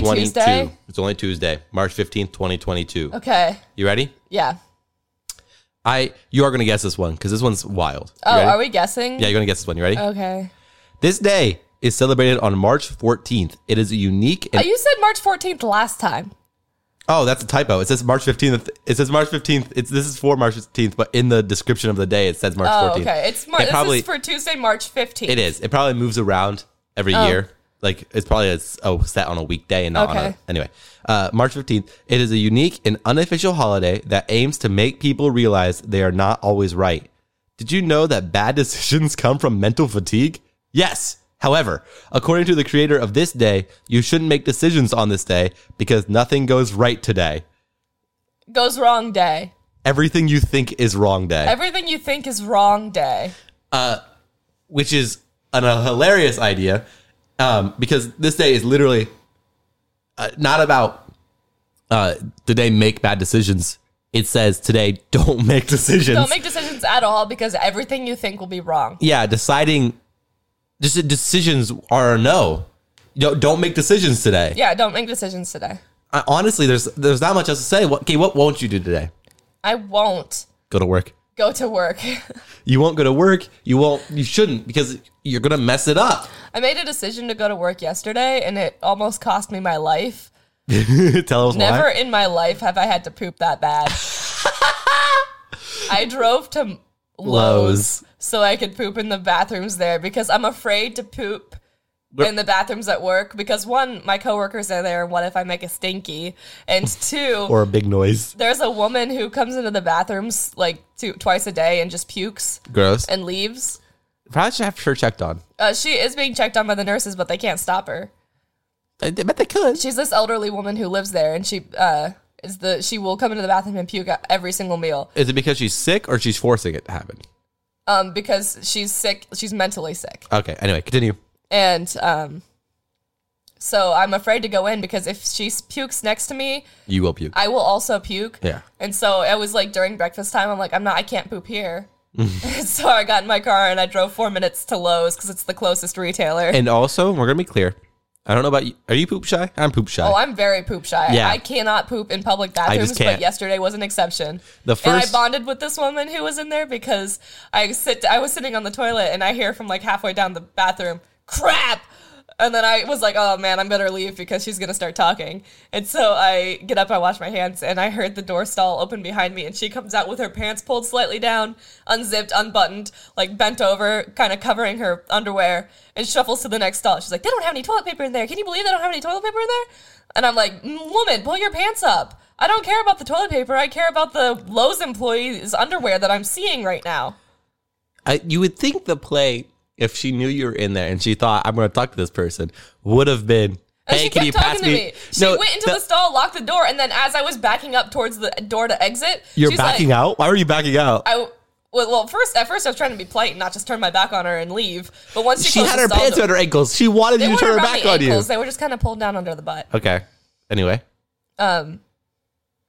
A: twenty twenty two.
B: Tuesday?
A: It's only Tuesday, March fifteenth, twenty twenty two.
B: Okay,
A: You ready?
B: yeah.
A: I you are gonna guess this one because this one's wild. You
B: Oh,
A: ready?
B: are we guessing?
A: Yeah, you're gonna guess this one. You ready?
B: Okay.
A: This day is celebrated on March 14th. It is a unique
B: Oh,
A: and
B: you said March 14th last time.
A: oh, that's a typo. It says March 15th. It says March 15th. It's this is for March 15th, but in the description of the day it says March
B: Oh,
A: 14th.
B: okay. It's Mar-
A: It
B: this
A: probably
B: is for Tuesday, March 15th.
A: it is. It probably moves around every year. Like it's probably a, s- oh, set on a weekday and not on
B: Okay.
A: a anyway. Uh, March 15th. It is a unique and unofficial holiday that aims to make people realize they are not always right. Did you know that bad (laughs) decisions come from mental fatigue? Yes. However, according to the creator of this day, you shouldn't make decisions on this day because nothing goes right today.
B: Goes wrong day.
A: Everything you think is wrong day,
B: Everything you think is wrong day.
A: which is an, a hilarious idea um, because this day is literally uh, not about uh, today make bad decisions. It says today (laughs) don't make decisions.
B: Don't make decisions at all because everything you think will be wrong.
A: yeah, deciding just decisions are a no. Don't, don't make decisions today.
B: Yeah, don't make decisions today.
A: I, honestly, there's there's not much else to say. What, okay, what won't you do today?
B: I won't
A: Go to work.
B: go to work. (laughs)
A: You won't go to work. You won't. You shouldn't because you're gonna mess it up. (laughs)
B: I made a decision to go to work yesterday and it almost cost me my life.
A: Tell us
B: Never
A: why.
B: in my life have I had to poop
A: (laughs)
B: that bad. I drove to Lowe's
A: Lowe's.
B: so I could poop in the bathrooms there because I'm afraid to poop
A: Where-
B: in the bathrooms at work because one, my coworkers are there, and what if I make a stinky? And two,
A: (laughs) Or a big noise.
B: there's a woman who comes into the bathrooms like two, twice a day and just pukes
A: Gross.
B: and leaves.
A: Probably should have her checked on.
B: Uh, she is being checked on by the nurses, but they can't stop her.
A: I bet they could.
B: She's this elderly woman who lives there, and she uh, is the she will come into the bathroom and puke at every single meal.
A: Is it because she's sick or she's forcing it to happen?
B: Um, because she's sick, she's mentally sick.
A: Okay. Anyway, continue.
B: And um so I'm afraid to go in because if she s- pukes next to me,
A: You will puke.
B: I will also puke.
A: yeah.
B: And so it was like during breakfast time, I'm like, I'm not, I can't poop here. (laughs) so I got in my car and I drove four minutes to Lowe's because it's the closest retailer.
A: And also, we're gonna be clear. I don't know about you. Are you poop shy? I'm poop shy.
B: oh, I'm very poop shy.
A: Yeah.
B: I cannot poop in public bathrooms,
A: can't.
B: but yesterday was an exception.
A: the
B: and I
A: first.
B: bonded with this woman who was in there because I sit, I was sitting on the toilet and I hear from like halfway down the bathroom, crap. And then I was like, oh man, I'm better leave because she's gonna start talking. And so I get up, I wash my hands, and I heard the door stall open behind me, and she comes out with her pants pulled slightly down, unzipped, unbuttoned, like bent over, kind of covering her underwear, and shuffles to the next stall. She's like, they don't have any toilet paper in there. Can you believe they don't have any toilet paper in there? And I'm like, "Mm, woman, pull your pants up. I don't care about the toilet paper. I care about the Lowe's employee's underwear that I'm seeing right now.
A: I, you would think the play, if she knew you were in there and she thought I'm gonna talk to this person, would have been.
B: And
A: Hey,
B: she
A: can
B: kept
A: you
B: talking
A: pass
B: to
A: me?
B: me. She went into the, stall, locked the door, and then as I was backing up towards the door to exit,
A: You're
B: she's
A: backing
B: like,
A: out. Why were you backing out?
B: I well, well, first at first I was trying to be polite and not just turn my back on her and leave. But once she,
A: she
B: closed
A: had
B: the
A: her
B: stall
A: pants
B: door-
A: on her ankles. She wanted
B: they
A: you to
B: weren't
A: turn her
B: around
A: back
B: the
A: on you.
B: ankles. They were just kind of pulled down under the butt.
A: Okay. Anyway,
B: um,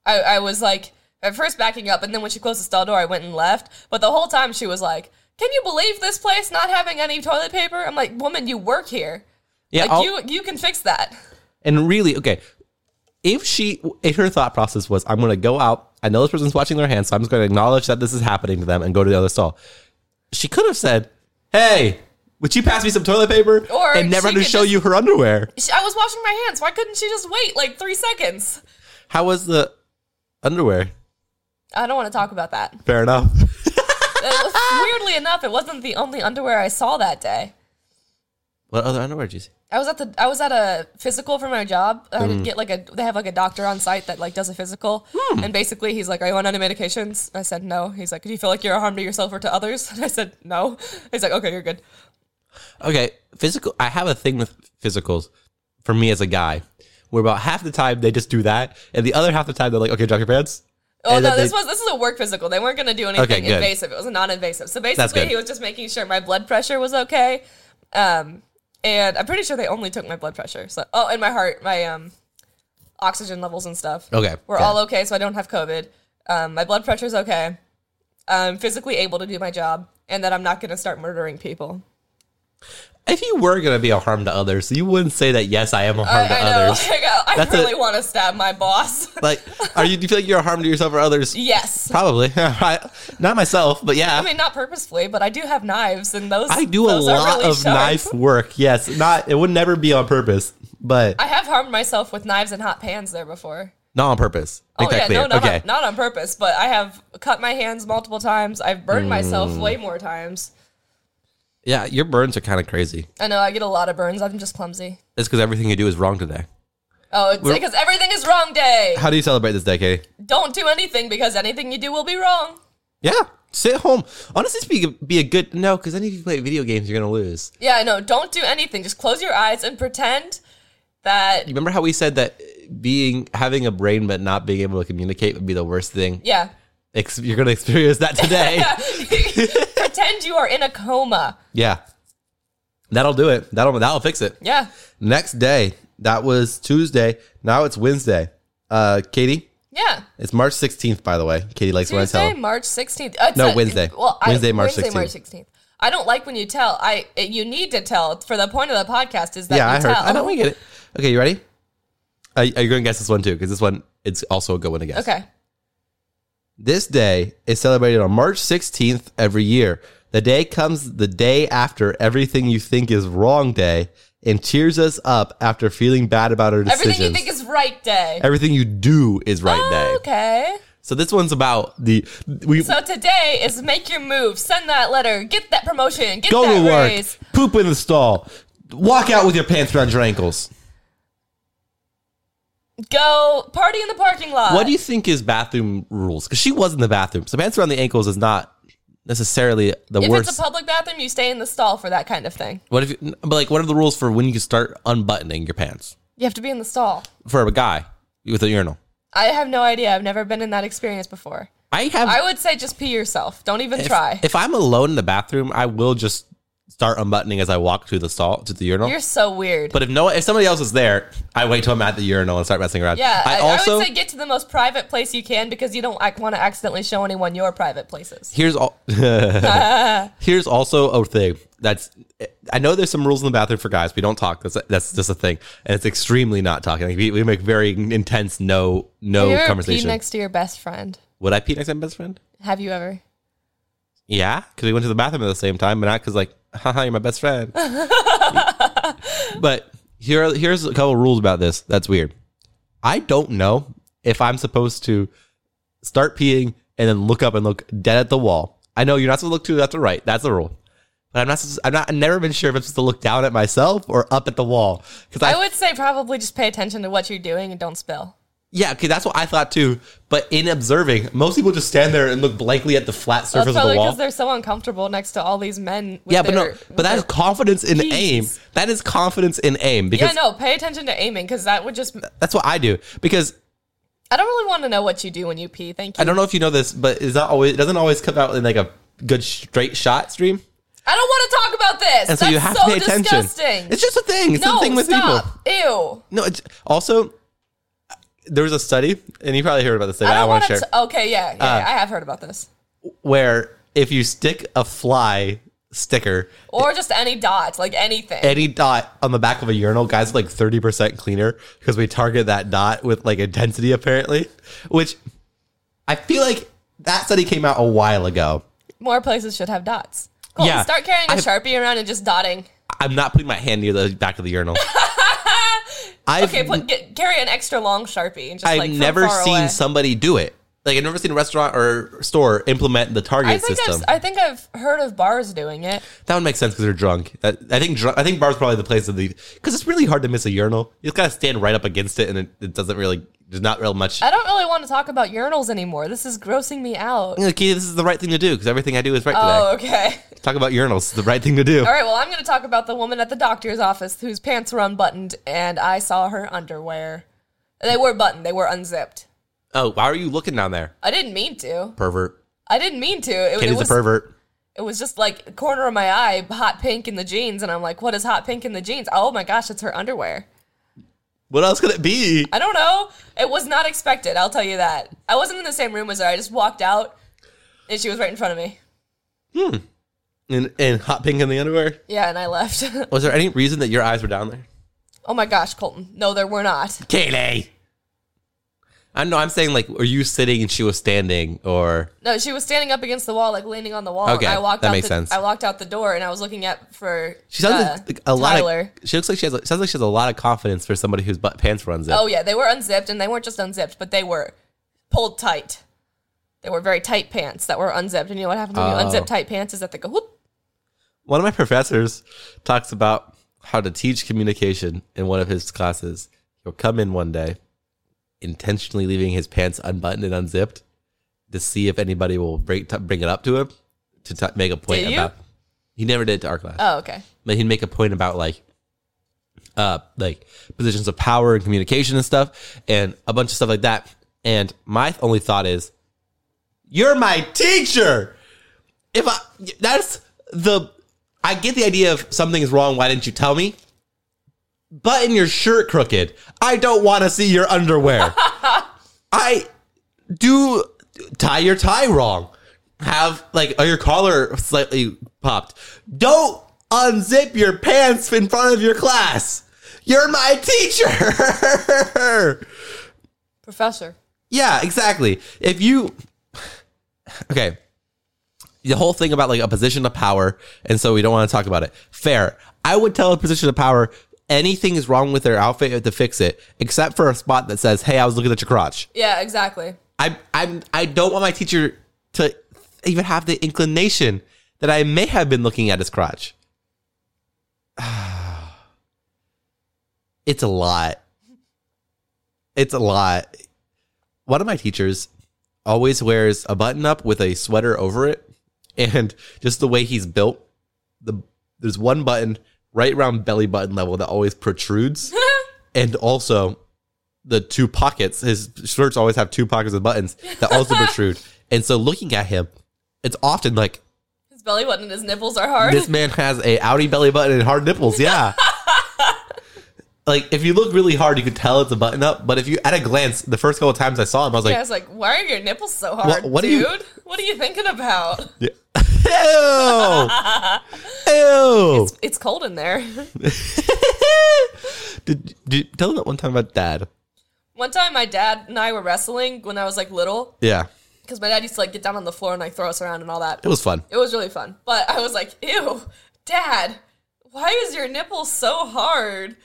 B: I, I was like at first backing up, and then when she closed the stall door, I went and left. But the whole time she was like, "Can you believe this place not having any toilet paper?" I'm like, "Woman, you work here.
A: yeah.
B: Like
A: I'll-
B: you you can fix that."
A: and really, okay. If she, if her thought process was, I'm going to go out. I know this person's watching their hands, so I'm just going to acknowledge that this is happening to them and go to the other stall. She could have said, "Hey, would you pass me some toilet paper?"
B: Or
A: and never
B: she
A: had to
B: could
A: show
B: just-
A: you her underwear.
B: She, I was washing my hands. Why couldn't she just wait like three seconds?
A: How was the underwear?
B: I don't want to talk about that.
A: Fair enough. (laughs)
B: Uh, Weirdly enough, it wasn't the only underwear I saw that day.
A: What other underwear did you see?
B: I was at the I was at a physical for my job. I did get like a they have like a doctor on site that like does a physical, and basically he's like, "Are you on any medications?" I said no. He's like, "Do you feel like you're a harm to yourself or to others?" (laughs) And I said no. He's like, "Okay, you're good."
A: Okay, physical. I have a thing with physicals. For me as a guy, where about half the time they just do that, and the other half the time they're like, "Okay, drop your pants."
B: Oh
A: And
B: no,
A: then they-
B: this was this is a work physical. They weren't going to do anything
A: Okay, good.
B: invasive. It was a non-invasive. So
A: good.
B: basically, he was just making sure my blood pressure was okay, um, and I'm pretty sure they only took my blood pressure. So oh, and my heart, my um, oxygen levels and stuff.
A: Okay,
B: We're
A: yeah.
B: all okay, so I don't have COVID. Um, my blood pressure's okay. I'm physically able to do my job, and that I'm not going to start murdering people.
A: If you were gonna be a harm to others, you wouldn't say that. Yes, I am a harm
B: I,
A: to
B: I know.
A: others.
B: (laughs) Like, I, I
A: That's a-
B: really want to stab my boss. (laughs)
A: Like, are you? Do you feel like you're a harm to yourself or others?
B: yes.
A: Probably. (laughs) I- Not myself, but yeah. I,
B: I mean, not purposefully, but I do have knives, and those
A: do a
B: those are
A: lot
B: really
A: of
B: sharp.
A: knife work. Yes, not. It would never be on purpose, but
B: I have harmed myself with knives and hot pans there before.
A: not on purpose. Make
B: Oh
A: that
B: yeah,
A: clear.
B: no, not,
A: okay.
B: on, not on purpose, but I have cut my hands multiple times. I've burned myself
A: Mm.
B: way more times.
A: yeah, your burns are kind of crazy.
B: I know I get a lot of burns. I'm just clumsy.
A: It's because everything you do is wrong today.
B: Oh, it's because everything is wrong day.
A: How do you celebrate this day, Katie?
B: Don't do anything because anything you do will be wrong.
A: Yeah, sit home. Honestly, speaking, be a good no, because then if you play video games, you're gonna lose.
B: Yeah, I know. Don't do anything. Just close your eyes and pretend that.
A: You remember how we said that being having a brain but not being able to communicate would be the worst thing? (laughs)
B: Yeah. (laughs)
A: Ex- you're gonna experience that today.
B: pretend you are in a coma.
A: yeah, that'll do it. That'll that'll fix it.
B: Yeah.
A: Next day, that was Tuesday. Now it's Wednesday. Uh, Katie,
B: Yeah.
A: it's March 16th, by the way. Katie likes when I tell.
B: Tuesday,
A: her.
B: March 16th. Uh, it's
A: No,
B: not-
A: Wednesday.
B: Well, I-
A: Wednesday, March
B: Wednesday, March 16th. I don't like when you tell. I it, you need to tell for the point of the podcast is that
A: Yeah,
B: you
A: I heard.
B: tell.
A: I know we get it. Okay, you ready? Uh, Are, are you gonna guess this one too? Because this one, it's also a good one to guess.
B: Okay.
A: This day is celebrated on March 16th every year. The day comes the day after everything you think is wrong day and cheers us up after feeling bad about our decisions.
B: Everything you think is right day.
A: Everything you do is right day.
B: Oh, Okay.
A: So this one's about the we
B: So today is make your move, send that letter, get that promotion, get
A: go
B: that
A: to work,
B: raise.
A: poop in the stall, walk out with your pants around your ankles.
B: go party in the parking lot.
A: What do you think is bathroom rules? Because she was in the bathroom, so pants around the ankles is not necessarily the
B: if
A: worst.
B: it's a public bathroom, you stay in the stall for that kind of thing.
A: what if? You, but like, what are the rules for when you can start unbuttoning your pants?
B: You have to be in the stall.
A: for a guy with an urinal.
B: I have no idea. I've never been in that experience before.
A: I have.
B: I would say just pee yourself. Don't even
A: if,
B: try.
A: if I'm alone in the bathroom, I will just start unbuttoning as I walk through the stall to the urinal.
B: You're so weird.
A: but if no, if somebody else is there, I wait till I'm at the urinal and start messing around.
B: yeah, I,
A: I
B: I
A: also
B: would say get to the most private place you can because you don't want to accidentally show anyone your private places.
A: here's all (laughs) here's also a thing that's I know there's some rules in the bathroom for guys. We don't talk. That's that's just a thing, and it's extremely not talking. Like we, we make very intense no no
B: Have you ever peed
A: Oh, conversation.
B: next to your best friend?
A: Would I pee next to my best friend?
B: Have you ever?
A: Yeah, because we went to the bathroom at the same time, but not because like, (laughs) haha, you're my best
B: (laughs)
A: friend. but here, are- here's a couple rules about this. That's weird. I don't know if I'm supposed to start peeing and then look up and look dead at the wall. I know you're not supposed to look to the left or right. That's the rule. But I'm not. supposed- I'm not. I've never been sure if I'm supposed to look down at myself or up at the wall. Because I,
B: I would say probably just pay attention to what you're doing and don't spill.
A: yeah, okay, that's what I thought too. But in observing, most people just stand there and look blankly at the flat
B: That's
A: surface of
B: probably
A: the wall.
B: because they're so uncomfortable next to all these men. With
A: Yeah, but no,
B: their-
A: but that is confidence in
B: Jeez.
A: aim. That is confidence in aim because
B: yeah, no. Pay attention to aiming because that would just.
A: that's what I do. Because
B: I don't really want to know what you do when you pee. Thank you.
A: I don't know if you know this, but is that always it doesn't always come out in like a good straight shot stream,
B: I don't want to talk about
A: and
B: this. That's
A: so you have
B: so
A: to pay attention.
B: disgusting.
A: It's just a thing. It's
B: no,
A: a thing with
B: stop.
A: people.
B: Ew.
A: No, it's, also there was a study, and you probably heard about this. Thing,
B: I
A: but I,
B: don't
A: want to
B: wanna
A: share Uh,
B: t- okay, yeah, yeah, yeah, I have heard about this.
A: where if you stick a fly sticker
B: Or just any dot, like anything.
A: any dot on the back of a urinal, guys, are like 30% cleaner because we target that dot with like intensity, apparently. Which I feel like that study came out a while ago.
B: More places should have dots. Cool.
A: Yeah.
B: Start carrying a
A: I've-
B: sharpie around and just dotting.
A: I'm not putting my hand near the back of the
B: (laughs)
A: urinal. I've,
B: Okay, put, get, carry an extra long sharpie and just
A: I've
B: like from
A: never
B: far
A: seen
B: away.
A: somebody do it. Like, I've never seen a restaurant or store implement the target
B: I think
A: system.
B: I've, I think I've heard of bars doing it.
A: that would make sense because they're drunk. That, I think drunk, I think bar's probably the place of the because it's really hard to miss a urinal. You just gotta stand right up against it, and it, it doesn't really. There's not real much
B: I don't really want to talk about urinals anymore. This is grossing me out.
A: like, yeah, this is the right thing to do because everything I do is right
B: Oh, okay. (laughs)
A: today. Talk about urinals, it's the right thing to do.
B: All right, well, I'm going to talk about the woman at the doctor's office whose pants were unbuttoned and I saw her underwear. They were buttoned, they were unzipped.
A: Oh, why are you looking down there?
B: I didn't mean to.
A: Pervert.
B: I didn't mean to. It, it
A: Katie's
B: was
A: a pervert.
B: it was just like corner of my eye, hot pink in the jeans, and I'm like, what is hot pink in the jeans? Oh my gosh, it's her underwear.
A: What else could it be?
B: I don't know. It was not expected. I'll tell you that. I wasn't in the same room as her. I just walked out, and she was right in front of me.
A: And, and hot pink in the underwear?
B: Yeah, and I left. (laughs)
A: Was there any reason that your eyes were down there?
B: oh my gosh, Colton. No, there were not.
A: Katie! I know, I'm saying like, were you sitting and she was standing or.
B: No, she was standing up against the wall, like leaning on the wall.
A: Okay,
B: and I walked
A: that
B: out
A: makes
B: the,
A: sense.
B: I walked out the door, and I was looking at for
A: She sounds
B: uh,
A: like a lot.
B: Tyler.
A: Of, she looks like she has. a- Sounds like she has a lot of confidence for somebody whose butt pants runs it.
B: Oh yeah, they were unzipped, and they weren't just unzipped, but they were pulled tight. They were very tight pants that were unzipped, and you know what happens when you
A: Oh.
B: unzip tight pants is that they go whoop.
A: One of my professors talks about how to teach communication in one of his classes. He'll come in one day, intentionally leaving his pants unbuttoned and unzipped to see if anybody will bring, t- bring it up to him to t- make a point
B: Did you?
A: about. He never did it to our class,
B: Oh okay,
A: but he'd make a point about like, uh, like positions of power and communication and stuff, and a bunch of stuff like that. And my only thought is, you're my teacher if I that's the I get the idea of something is wrong, why didn't you tell me? Button your shirt crooked. I don't want to see your underwear. (laughs) I do tie your tie wrong. Have like oh, your collar slightly popped. Don't unzip your pants in front of your class. You're my teacher. (laughs)
B: professor.
A: Yeah, exactly. If you (sighs) okay, the whole thing about like a position of power, and so we don't want to talk about it. Fair. I would tell a position of power anything is wrong with their outfit you have to fix it, except for a spot that says, "Hey, I was looking at your crotch."
B: Yeah, exactly.
A: I I I don't want my teacher to even have the inclination that I may have been looking at his crotch. (sighs) it's a lot. It's a lot. One of my teachers always wears a button up with a sweater over it, and just the way he's built, the there's one button right around belly button level that always protrudes, and also the two pockets. His shirts always have two pockets with buttons that also protrude. And so looking at him, it's often like
B: His belly button and his nipples are hard.
A: this man has a outie belly button and hard nipples. Yeah. like if you look really hard, you could tell it's a button up. But if you at a glance, the first couple of times I saw him, I was
B: (laughs) yeah, I
A: like,
B: was like, why are your nipples so hard,
A: What- what are
B: dude?
A: you-
B: what are you thinking about? (laughs)
A: (laughs) ew, ew.
B: It's cold in there. (laughs)
A: did, did tell him that one time about dad?
B: One time, my dad and I were wrestling when I was like little,
A: Yeah,
B: because my dad used to like get down on the floor and like throw us around and all that.
A: it was fun.
B: It was really fun. But I was like, ew, dad, why is your nipple so hard?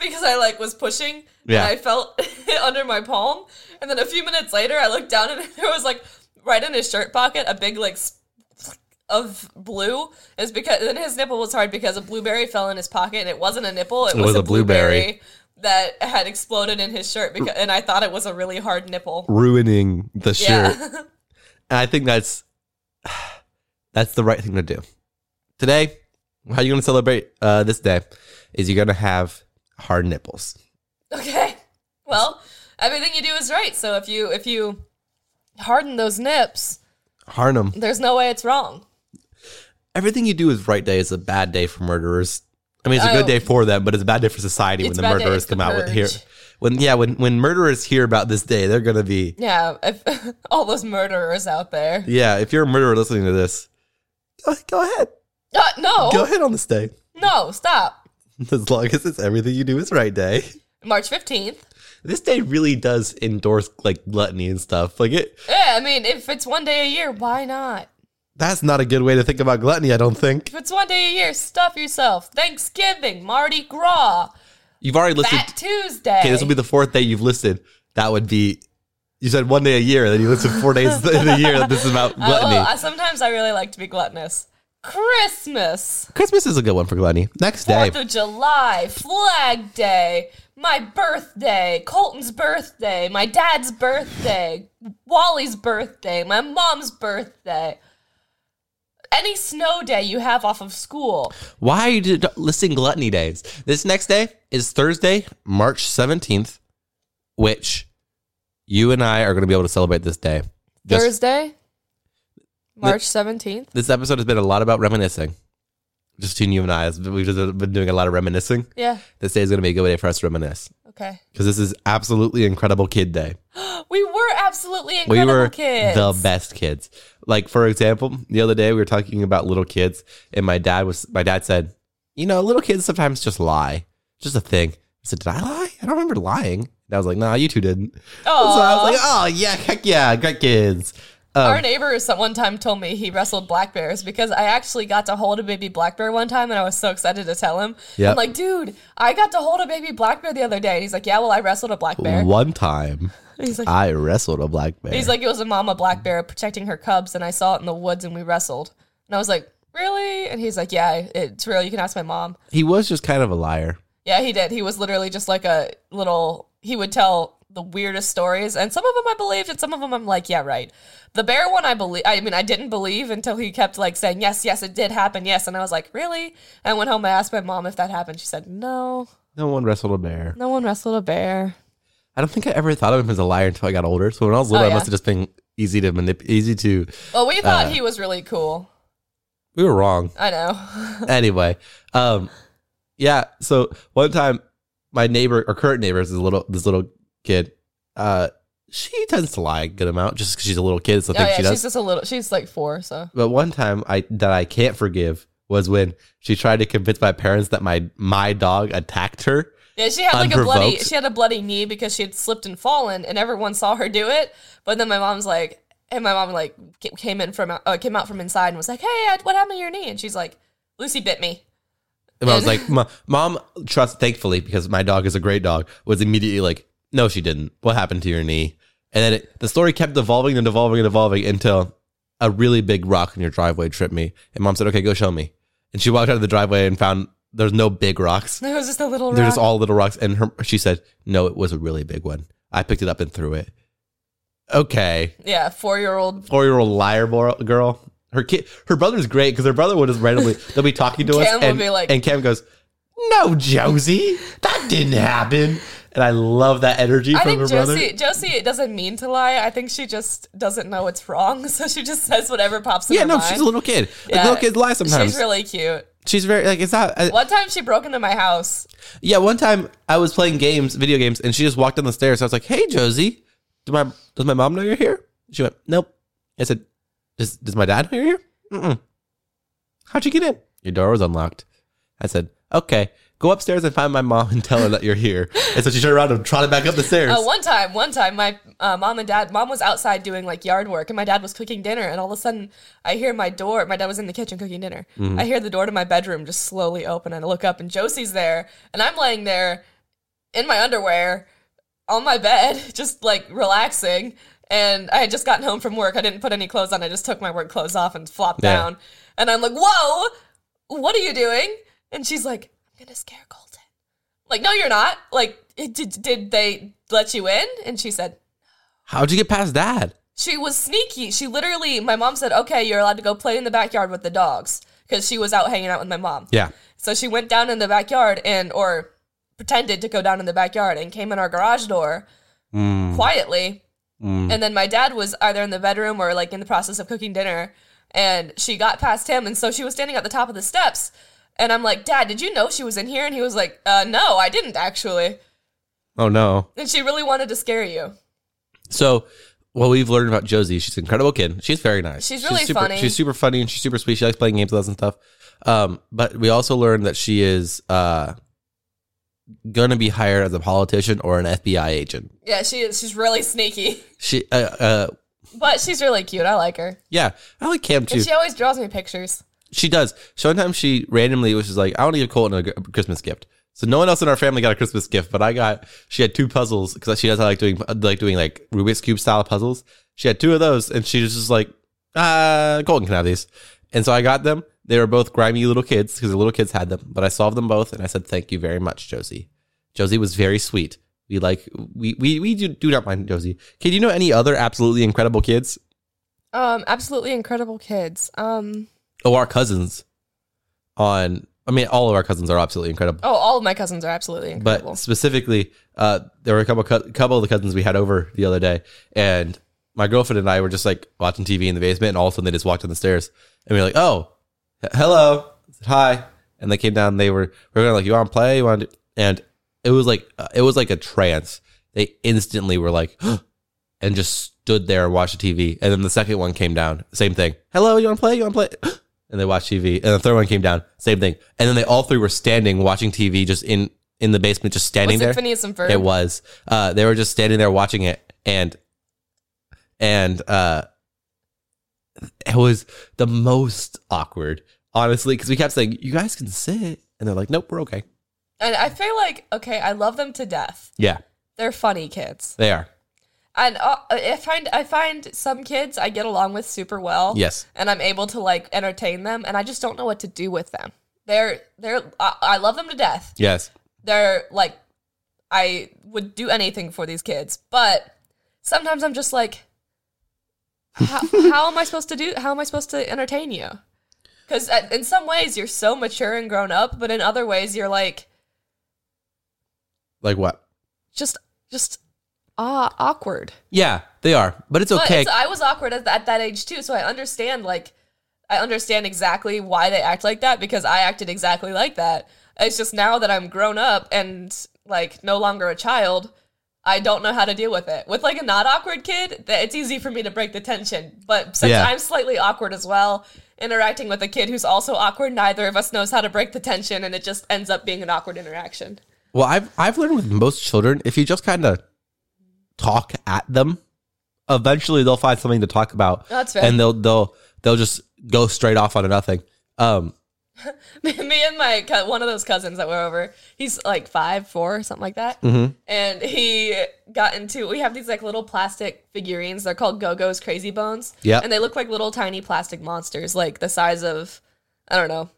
B: Because I like was pushing
A: Yeah.
B: and I felt (laughs) it under my palm. And then a few minutes later I looked down and (laughs) there was like right in his shirt pocket a big like s- of blue is because then his nipple was hard because a blueberry fell in his pocket and it wasn't a nipple, it, was, a blueberry. that had exploded in his shirt because and I thought it was a really hard nipple.
A: Ruining the shirt.
B: Yeah. (laughs)
A: And I think that's (sighs) that's the right thing to do. Today, how you going to celebrate uh, this day is you're going to have hard nipples.
B: Okay. Well, everything you do is right. So if you if you harden those nips,
A: Harden 'em.
B: there's no way it's wrong.
A: Everything you do is right day is a bad day for murderers. I mean, it's a
B: Oh.
A: good day for them, but it's a bad day for society when
B: It's
A: the
B: a bad day.
A: murderers
B: It's the
A: come out with here.
B: purge.
A: When yeah, when when murderers hear about this day, they're going to be
B: Yeah, if (laughs) all those murderers out there.
A: yeah. If you're a murderer listening to this, go, go ahead,
B: Uh, no.
A: go ahead on this day. (laughs)
B: No, stop.
A: As long as it's everything you do is right day.
B: March 15th.
A: This day really does endorse like gluttony and stuff. Like it,
B: Yeah, I mean, if it's one day a year, why not?
A: That's not a good way to think about gluttony, I don't think.
B: If it's one day a year, stuff yourself. Thanksgiving, Mardi Gras,
A: You've already listed.
B: Fat Tuesday.
A: Okay, this will be the fourth day you've listed. That would be. You said one day a year, then you listed four days (laughs) in a year that this is about
B: (laughs) I,
A: gluttony.
B: well, I, sometimes I really like to be gluttonous. Christmas,
A: Christmas is a good one for gluttony. Next
B: (laughs)
A: day.
B: 4th of July, Flag Day, my birthday, Colton's birthday, my dad's birthday, Wally's birthday, my mom's birthday. Any snow day you have off of school.
A: Why are you d- listing gluttony days? This next day is Thursday, March 17th, which you and I are going to be able to celebrate this day. Just-
B: Thursday, March 17th.
A: this episode has been a lot about reminiscing. Just between you and I, we've just been doing a lot of reminiscing.
B: Yeah,
A: This day is going to be a good day for us to reminisce.
B: okay.
A: because this is absolutely incredible kid day.
B: We were absolutely
A: We
B: incredible
A: were
B: kids.
A: the best kids. Like for example, the other day we were talking about little kids, and my dad was my dad said, "You know, little kids sometimes just lie, just a thing." I said, "Did I lie? I don't remember lying." And I was like, "Nah, you two didn't." (laughs) So I
B: Aw.
A: was like, "Oh yeah, heck yeah, great kids."
B: Our neighbor some- one time told me he wrestled black bears because I actually got to hold a baby black bear one time and I was so excited to tell him.
A: Yep.
B: I'm like, dude, I got to hold a baby black bear the other day. And he's like, yeah, well, I wrestled a black bear.
A: One time,
B: He's like,
A: I wrestled a black bear.
B: he's like, it was a mama black bear protecting her cubs and I saw it in the woods and we wrestled. And I was like, really? And he's like, yeah, it's real. You can ask my mom.
A: he was just kind of a liar.
B: Yeah, he did. He was literally just like a little. He would tell the weirdest stories, and some of them I believed, and some of them I'm like, yeah, right. The bear one, I believe. I mean, I didn't believe until he kept like saying, yes, yes, it did happen, yes, and I was like, really? And I went home. I asked my mom if that happened. She said, no,
A: No one wrestled a bear.
B: no one wrestled a bear.
A: I don't think I ever thought of him as a liar until I got older. So when I was little,
B: Oh,
A: I
B: yeah.
A: must have just been easy to manipulate, easy to.
B: Well, we
A: Uh.
B: thought he was really cool.
A: We were wrong.
B: I know.
A: anyway, um, yeah. So one time, my neighbor, our current neighbor, is this little this little kid. Uh, she tends to lie a good amount just because she's a little kid. So I
B: oh
A: think
B: yeah,
A: she
B: she's
A: does.
B: just a little. She's like four, so
A: but one time, I that I can't forgive was when she tried to convince my parents that my my dog attacked her.
B: yeah. She had like a bloody.
A: Unprovoked.
B: She had a bloody knee because she had slipped and fallen, and everyone saw her do it. But then my mom's like, and my mom like ca- came in from uh, came out from inside and was like, "Hey, I- what happened to your knee?" And she's like, "Lucy bit me." (laughs)
A: And I was like, "Mo- "Mom, trust." Thankfully, because my dog is a great dog, was immediately like, "No, she didn't. What happened to your knee?" And then it, the story kept evolving and evolving and evolving until a really big rock in your driveway tripped me. And mom said, "Okay, go show me." And she walked out of the driveway and found there's no big rocks.
B: It was just a little.
A: They're
B: rock.
A: just all little rocks. And her, she said, "No, it was a really big one. I picked it up and threw it." Okay,
B: yeah, four year old
A: four year old liar bo- girl. Her kid, her brother's great because her brother would just randomly they'll be talking to us
B: Cam will
A: and,
B: be like-
A: and Cam goes, "No, Josie, that didn't happen." and I love that energy
B: I
A: from her
B: think Josie
A: brother.
B: Josie doesn't mean to lie. I think she just doesn't know it's wrong, (laughs) so she just says whatever pops in
A: Yeah,
B: her
A: no,
B: mind.
A: she's a little kid. Like,
B: Yeah.
A: little kids lie sometimes.
B: She's really cute.
A: She's very like it's not. uh, I,
B: One time she broke into my house.
A: yeah, one time I was playing games, video games, and she just walked down the stairs. I was like, "Hey, Josie, do my does my mom know you're here?" She went, "Nope." I said, "Does does my dad know you're here?" Mm-mm. How'd you get in? Your door was unlocked. I said, "Okay." Go upstairs and find my mom and tell her that you're here. And so she turned around and trotted back up the stairs.
B: Uh, one time, one time, my uh, mom and dad, mom was outside doing like yard work, and my dad was cooking dinner, and all of a sudden, I hear my door. My dad was in the kitchen cooking dinner. I hear the door to my bedroom just slowly open, and I look up, and Josie's there, and I'm laying there in my underwear on my bed, (laughs) just like relaxing. And I had just gotten home from work. I didn't put any clothes on. I just took my work clothes off and flopped
A: Yeah.
B: down. And I'm like, "Whoa, what are you doing?" And she's like, "I'm gonna scare Colton." Like, no, you're not. Like, it- did, did they let you in? And she said,
A: How'd you get past dad?
B: she was sneaky. She literally, my mom said, okay, you're allowed to go play in the backyard with the dogs because she was out hanging out with my mom.
A: Yeah.
B: So she went down in the backyard and, or pretended to go down in the backyard and came in our garage door quietly. And then my dad was either in the bedroom or like in the process of cooking dinner. And she got past him. And so she was standing at the top of the steps. And I'm like, Dad, did you know she was in here? And he was like, uh, No, I didn't actually.
A: Oh no.
B: And she really wanted to scare you.
A: So what we've learned about Josie, she's an incredible kid. She's very nice.
B: She's really
A: super,
B: funny.
A: She's super funny and she's super sweet. She likes playing games with us and stuff. Um, but we also learned that she is uh, gonna be hired as a politician or an FBI agent.
B: Yeah, she is. She's really sneaky, (laughs)
A: She, uh, uh,
B: but she's really cute. I like her,
A: yeah, I like Cam too.
B: and
A: She,
B: she always draws me pictures.
A: does. Sometimes she randomly was just like, I want to give Colton a g- Christmas gift. So no one else in our family got a Christmas gift, but I got. She had two puzzles because she does like doing like doing like Rubik's cube style puzzles. She had two of those, and she was just like, uh, Colton can have these. And so I got them. They were both grimy little kids because the little kids had them, but I solved them both and I said, thank you very much, Josie. Josie was very sweet. We like, we, we, we do, do not mind Josie. Kid, you know any other absolutely incredible kids?
B: Um, absolutely incredible kids. Um,
A: Oh, our cousins on, I mean, all of our cousins are absolutely incredible.
B: oh, all of my cousins are absolutely incredible.
A: But specifically, uh, there were a couple cou- couple of the cousins we had over the other day, and my girlfriend and I were just like watching TV in the basement, and all of a sudden they just walked down the stairs, and we were like, "Oh, h- hello, hi," and they came down. And they were we were like, "You want to play? You want?" To do-" And it was like uh, it was like a trance. They instantly were like, and just stood there and watched the TV. And then the second one came down, same thing. Hello, you want to play? (gasps) You want to play? And they watched TV. And the third one came down, same thing. And then they all three were standing watching TV, just in in the basement, just standing
B: was
A: there.
B: it Phineas and Ferb?
A: It was. Uh, they were just standing there watching it, and and uh, it was the most awkward, honestly, because we kept saying, "You guys can sit," and they're like, "Nope, we're okay."
B: and I feel like okay, I love them to death.
A: Yeah,
B: They're funny kids,
A: they are.
B: and uh, I find I find some kids I get along with super well.
A: Yes.
B: and I'm able to like entertain them, and I just don't know what to do with them. They're they're I, I love them to death.
A: Yes.
B: they're like I would do anything for these kids, but sometimes I'm just like how,
A: (laughs)
B: how am I supposed to do how am I supposed to entertain you? Cuz in some ways you're so mature and grown up, but in other ways you're like
A: Like what?
B: just just ah awkward.
A: Yeah, they are. But it's
B: But
A: okay.
B: it's, I was awkward at, at that age too, so I understand like I understand exactly why they act like that because I acted exactly like that. It's just now that I'm grown up and like no longer a child, I don't know how to deal with it. With like a not awkward kid, that it's easy for me to break the tension. But since
A: Yeah.
B: I'm slightly awkward as well, interacting with a kid who's also awkward, neither of us knows how to break the tension and it just ends up being an awkward interaction.
A: Well, I've I've learned with most children, if you just kind of talk at them, eventually they'll find something to talk about.
B: That's fair.
A: And they'll they'll they'll just go straight off on nothing. Um,
B: (laughs) me and my cou- one of those cousins that were over he's like five four something like that and he got into we have these like little plastic figurines they're called go-go's crazy bones
A: Yep.
B: and they look like little tiny plastic monsters like the size of i don't know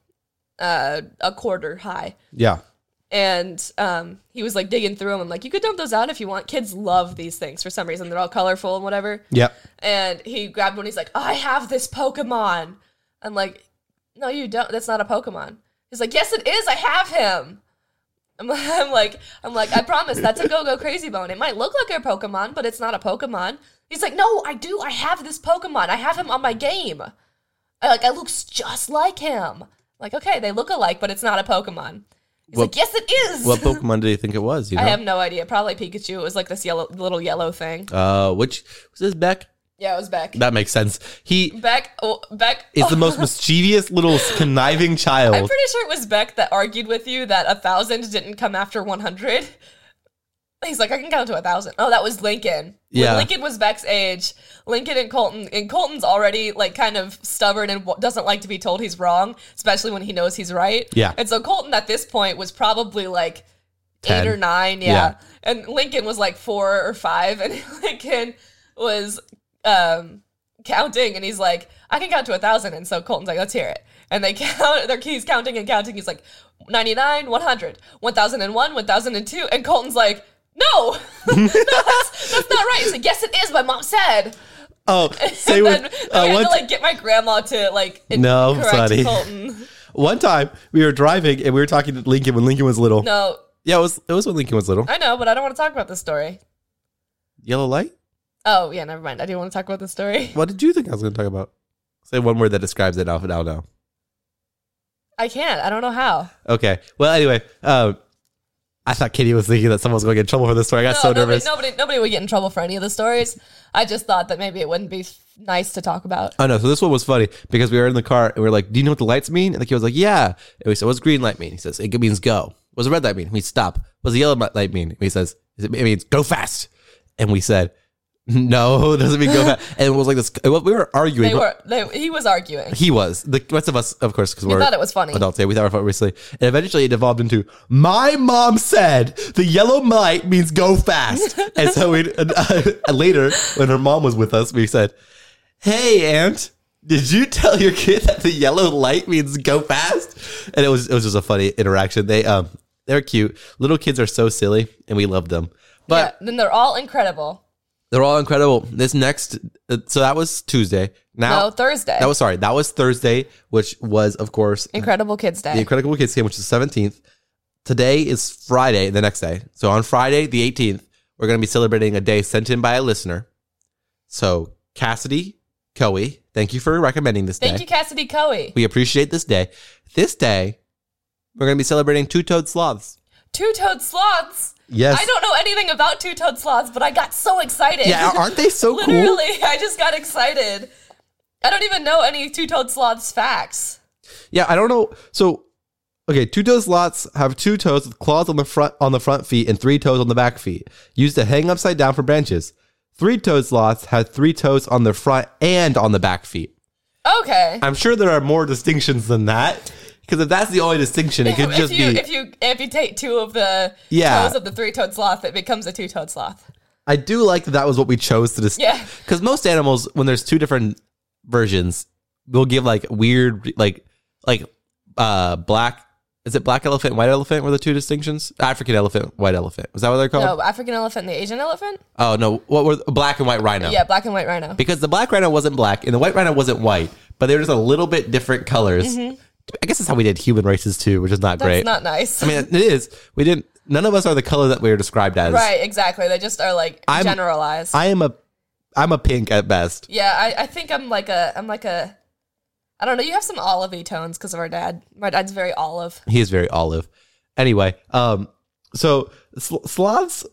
B: uh, a quarter high
A: yeah.
B: and um, he was like digging through them and like you could dump those out if you want kids love these things for some reason they're all colorful and whatever
A: Yep.
B: and he grabbed one. He's like, I have this Pokemon. I'm like, no, you don't. That's not a Pokemon. He's like, yes, it is. I have him. (laughs) I'm, I'm like, I'm like, I promise that's a go go crazy bone. It might look like a Pokemon, but it's not a Pokemon. He's like, no, I do. I have this Pokemon. I have him on my game. I like, I looks just like him. Like, okay, they look alike, but it's not a Pokemon. He's
A: What-
B: like, yes, it is.
A: What Pokemon do you think it was? You know,
B: I have no idea. Probably Pikachu. It was like this yellow, little yellow thing.
A: uh, which was this Beck?
B: Yeah, it was Beck.
A: That makes sense. He
B: Beck. Oh, Beck.
A: is the most mischievous little conniving
B: I'm
A: child.
B: pretty sure it was Beck that argued with you that a thousand didn't come after 100. He's like, I can count to a thousand. Oh, that was Lincoln.
A: Yeah.
B: When Lincoln was Beck's age. Lincoln and Colton, and Colton's already like kind of stubborn and w- doesn't like to be told he's wrong, especially when he knows he's right.
A: Yeah.
B: And so Colton at this point was probably like
A: Ten.
B: eight or nine. Yeah.
A: Yeah.
B: And Lincoln was like four or five, and (laughs) Lincoln was um, counting, and he's like, I can count to a thousand. And so Colton's like, let's hear it. And they (laughs) count, their keys counting and counting. He's like, 99, 100, 1001, 1002. And Colton's like, no, (laughs) no that's, that's not right. He's like, yes, it is. My mom said.
A: Oh, say
B: (laughs) and
A: when,
B: then I
A: uh,
B: had
A: once,
B: to like get my grandma to like
A: No,
B: correct
A: buddy.
B: Colton.
A: one time we were driving and we were talking to Lincoln when Lincoln was little.
B: No,
A: Yeah, it was it was when Lincoln was little.
B: I know, but I don't want to talk about this story.
A: Yellow light.
B: Oh yeah, never mind. I didn't want to talk about this story.
A: What did you think I was going to talk about? Say one word that describes it. Now, now, now.
B: I can't. I don't know how.
A: Okay. Well, anyway, um, I thought Kitty was thinking that someone was going to get in trouble for this story. I got so
B: nobody,
A: nervous.
B: Nobody, nobody would get in trouble for any of the stories. I just thought that maybe it wouldn't be f- nice to talk about.
A: Oh no! So this one was funny because we were in the car and we are like, "Do you know what the lights mean?" And the kid was like, "Yeah." And we said, "What's green light mean?" He says, "It means go." What's the red light mean? We stop. What's the yellow mi- light mean? He says, "It means go fast." And we said, "No, (laughs) it doesn't mean go fast." And it was like this. We were arguing.
B: They
A: but
B: were. They, he was arguing.
A: he was the rest of us, of course, because we're
B: thought it was funny.
A: Adults, yeah, we thought it was recently, and eventually it evolved into "My mom said the yellow light means go
B: (laughs)
A: fast," and so we and, uh, later when her mom was with us, we said, "Hey, aunt." Did you tell your kid that the yellow light means go fast? And it was it was just a funny interaction. They um they're cute. Little kids are so silly, and we love them. But
B: Yeah, then they're all incredible.
A: they're all incredible. This next, uh, so that was Tuesday. Now
B: No, Thursday.
A: that was sorry. That was Thursday, which was of course
B: Incredible Kids Day.
A: the Incredible Kids game, which is the 17th. Today is Friday, the next day. So on Friday, the 18th, we're going to be celebrating a day sent in by a listener. So Cassidy Coey, thank you for recommending this
B: Thank
A: day.
B: you, Cassidy Coey.
A: We appreciate this day. This day, we're going to be celebrating two-toed sloths.
B: Two-toed sloths.
A: Yes.
B: I don't know anything about two-toed sloths, but I got so excited.
A: yeah, aren't they so cool?
B: (laughs) Literally, I just got excited. I don't even know any two-toed sloths facts.
A: Yeah, I don't know. So, okay, two-toed sloths have two toes with claws on the front on the front feet and three toes on the back feet, used to hang upside down from branches. Three-toed sloths had three toes on their front and on the back feet.
B: Okay.
A: I'm sure there are more distinctions than that. Because if that's the only distinction, it could
B: if
A: just
B: you
A: be.
B: if you amputate two of the
A: Yeah.
B: toes of the three-toed sloth, it becomes a two-toed sloth.
A: I do like that that was what we chose to distinguish.
B: Yeah.
A: Because most animals, when there's two different versions, will give like weird, like, like, uh, black. Is it black elephant, white elephant? Were the two distinctions? African elephant, white elephant. Was that what they're called?
B: No, African elephant and the Asian elephant?
A: Oh no, what were black and white rhino?
B: Yeah, black and white rhino.
A: Because the black rhino wasn't black and the white rhino wasn't white, but they were just a little bit different colors. I guess that's how we did human races too, which is not
B: Mm-hmm. That's
A: great.
B: not nice.
A: I mean, it is. We didn't. None of us are the color that we are described as.
B: (laughs) right, exactly. They just are like
A: I'm-
B: generalized.
A: I am a, I'm a pink at best.
B: Yeah, I, I think I'm like a I'm like a I don't know. You have some olivey tones because of our dad. My dad's very olive.
A: He is very olive. Anyway, um, so sl- sloths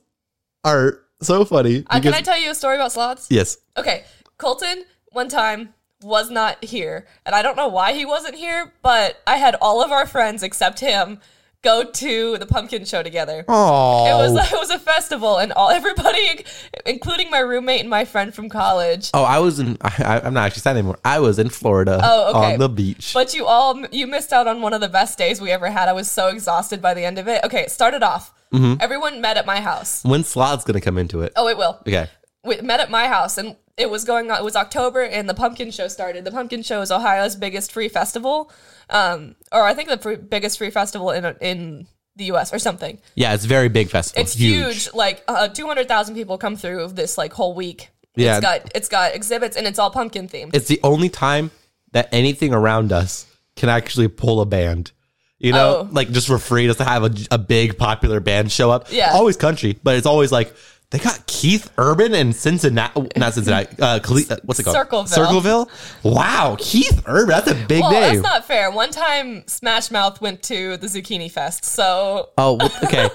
A: are so funny
B: Uh,
A: because
B: can I tell you a story about sloths?
A: yes,
B: Okay, Colton one time was not here, and I don't know why he wasn't here, but I had all of our friends except him go to the pumpkin show together.
A: oh,
B: It was it was a (laughs) festival, and all everybody, including my roommate and my friend from college,
A: oh, I was in. I, I'm not actually sad anymore. I was in Florida
B: Oh, okay.
A: on the beach.
B: But you all you missed out on one of the best days we ever had. I was so exhausted by the end of it. Okay, it started off.
A: Mm-hmm.
B: Everyone met at my house.
A: when sloths gonna come into it?
B: Oh, it will.
A: Okay,
B: We met at my house and it was going on it was October and the pumpkin show started. The pumpkin show is Ohio's biggest free festival. Um or I think the free, biggest free festival in in the US or something.
A: yeah, it's a very big festival.
B: It's huge. Like uh, 200,000 people come through this like whole week.
A: Yeah.
B: It's got it's got exhibits and it's all pumpkin themed.
A: It's the only time that anything around us can actually pull a band. You know,
B: Oh.
A: like just for free, just to have a, a big popular band show up.
B: Yeah.
A: always country, but it's always like they got Keith Urban and Cincinnati, not Cincinnati. Uh, Cle- uh, what's it called?
B: Circleville.
A: Circleville. Wow, Keith Urban. That's a big
B: Well,
A: name.
B: that's not fair. One time, Smash Mouth went to the Zucchini Fest, so
A: Oh, wh-
B: (laughs)
A: okay.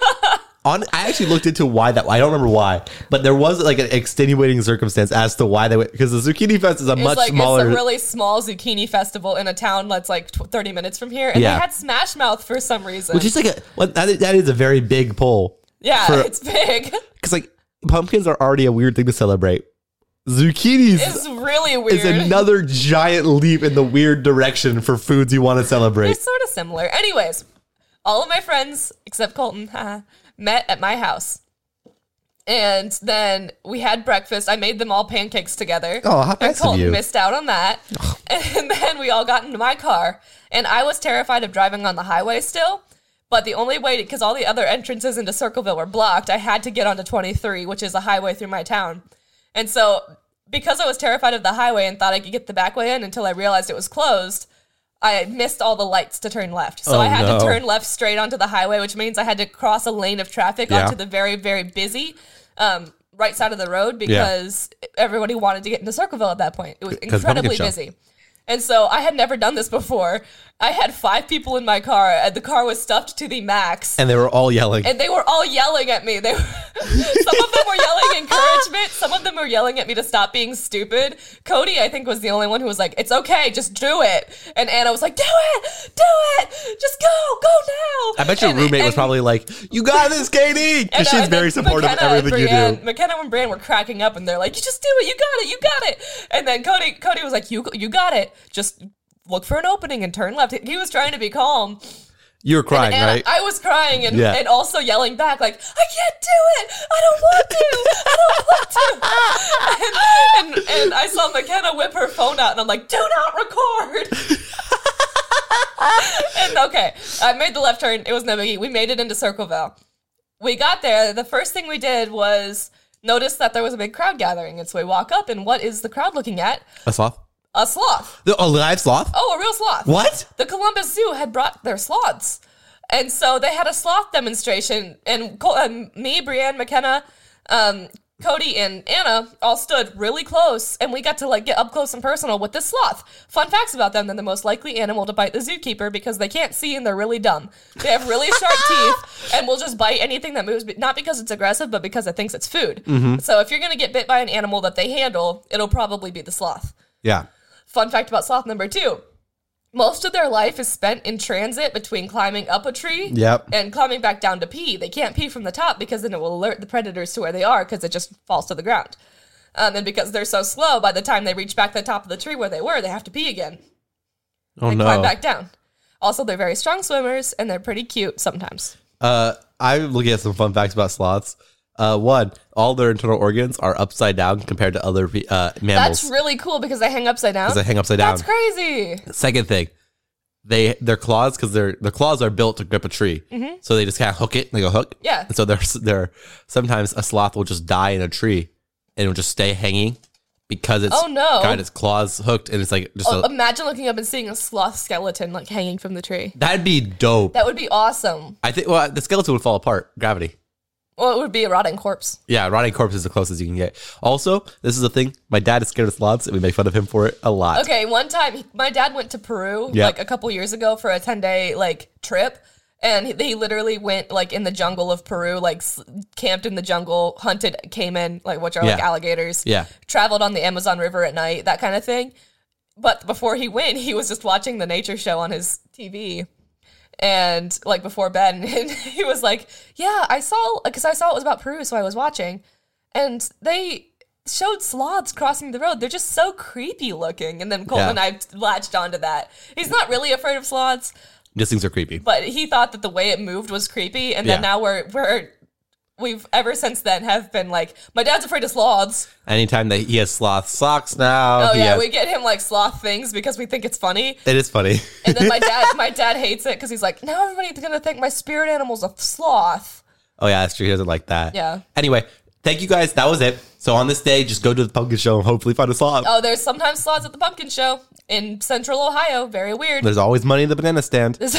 A: On, I actually looked into why that. I don't remember why, but there was like an extenuating circumstance as to why they went because the zucchini fest is a
B: it's
A: much
B: like
A: smaller.
B: it's a really small zucchini festival in a town that's like tw- thirty minutes from here, and
A: Yeah.
B: they had Smash Mouth for some reason.
A: which is like a well, that, is, that is a very big poll
B: yeah,
A: for-
B: it's big. (laughs)
A: because like pumpkins are already a weird thing to celebrate. Zucchinis
B: It's really
A: is
B: weird.
A: another giant leap in the weird direction for foods you want to celebrate.
B: It's sort of similar. Anyways, all of my friends except Colton (laughs) haha, met at my house. And then we had breakfast. I made them all pancakes together.
A: Oh, how
B: and
A: nice of
B: Colton
A: you.
B: missed out on that. (laughs) And then we all got into my car. And I was terrified of driving on the highway still. But the only way, because all the other entrances into Circleville were blocked, I had to get onto 23, which is a highway through my town. And so, because I was terrified of the highway and thought I could get the back way in until I realized it was closed, I missed all the lights to turn left. So
A: Oh,
B: I had
A: no.
B: to turn left straight onto the highway, which means I had to cross a lane of traffic
A: Yeah.
B: onto the very, very busy um, right side of the road because everybody wanted to get into Circleville at that point. It was
A: Because pumpkin
B: incredibly
A: shop.
B: busy. And so I had never done this before. I had five people in my car, and the car was stuffed to the max
A: And they were all yelling.
B: and they were all yelling at me. They were, (laughs) some of them were yelling encouragement. Some of them were yelling at me to stop being stupid. Cody, I think, was the only one who was like, "It's okay, just do it." And Anna was like, "Do it, do it, just go, go now."
A: I bet your
B: And-
A: roommate was
B: and-
A: probably like, "You got this, Katie,"
B: and,
A: because
B: uh,
A: she's
B: and then
A: very supportive of
B: McKenna and
A: everything you
B: Brianne-
A: do.
B: McKenna and Brian were cracking up, and they're like, "You just do it. You got it. You got it." And then Cody, Cody was like, "You, you got it. Just look for an opening and turn left." He was trying to be calm,
A: You were crying,
B: and
A: right?
B: I was crying and,
A: Yeah.
B: and also yelling back, like, I can't do it. I don't want to. I don't
A: (laughs)
B: want to. And, and, and I saw McKenna whip her phone out, and I'm like, do not record. (laughs) and okay, I made the left turn. It was no biggie. We made it into Circleville. We got there. The first thing we did was notice that there was a big crowd gathering. And so we walk up, and what is the crowd looking at?
A: a sloth,
B: A sloth.
A: The- a live sloth.
B: Oh, a real sloth.
A: What?
B: The Columbus Zoo had brought their sloths. And so they had a sloth demonstration. And Col- um, me, Brianne, McKenna, um, Cody, and Anna all stood really close. And we got to like get up close and personal with this sloth. Fun facts about them they're the most likely animal to bite the zookeeper because they can't see and they're really dumb. They have really sharp teeth and will just bite anything that moves, not because it's aggressive, but because it thinks it's food. So if you're going to get bit by an animal that they handle, it'll probably be the sloth.
A: Yeah.
B: Fun fact about sloth number two. Most of their life is spent in transit between climbing up a tree
A: Yep.
B: and climbing back down to pee. They can't pee from the top because then it will alert the predators to where they are because it just falls to the ground. Um, and because they're so slow, by the time they reach back the top of the tree where they were, they have to pee again.
A: Oh
B: They
A: no.
B: climb back down. Also, they're very strong swimmers and they're pretty cute sometimes.
A: Uh, I'm looking at some fun facts about sloths. Uh, one, all their internal organs are upside down compared to other pe- uh, mammals.
B: That's really cool because they hang upside down.
A: 'Cause they hang upside down.
B: That's crazy.
A: Second thing, they their claws because their their claws are built to grip a tree, so they just kind of hook it like a hook.
B: Mm-hmm. Yeah.
A: And so they're they're sometimes a sloth will just die in a tree and it'll just stay hanging because it's
B: Oh, no. Oh, um,
A: got its claws hooked and it's like just a,
B: Imagine looking up and seeing a sloth skeleton like hanging from the tree.
A: that'd be dope.
B: That would be awesome.
A: I think well the skeleton would fall apart gravity.
B: Well, it would be a rotting corpse.
A: Yeah, rotting corpse is the closest you can get. Also, this is a thing. My dad is scared of sloths, and we make fun of him for it a lot.
B: Okay, one time he- my dad went to Peru
A: Yeah.
B: like a couple years ago for a 10 day like trip. And he, he literally went like in the jungle of Peru, like s- camped in the jungle, hunted caiman, like which are like
A: Yeah.
B: alligators.
A: Yeah.
B: Traveled on the Amazon River at night, that kind of thing. But before he went, he was just watching the nature show on his TV. and like before bed (laughs) and he was like yeah i saw because i saw it was about peru so i was watching and they showed sloths crossing the road they're just so creepy looking and then colton
A: Yeah.
B: and i latched onto that he's not really afraid of sloths
A: These things are creepy.
B: but he thought that the way it moved was creepy and then
A: Yeah.
B: now we're we're we've ever since then have been like my dad's afraid of sloths
A: Anytime that he has sloth socks now,
B: oh
A: he
B: yeah
A: has-
B: we get him like sloth things because we think it's funny
A: it is funny. (laughs)
B: and then my dad my dad hates it because he's like now everybody's gonna think my spirit animal's a sloth
A: Oh yeah, that's true. He doesn't like that.
B: Yeah.
A: Anyway, thank you guys. That was it. So on this day, just go to the pumpkin show and hopefully find a sloth.
B: Oh, there's sometimes sloths at the pumpkin show. in central Ohio. Very weird.
A: There's always money in the banana stand.
B: (laughs) There's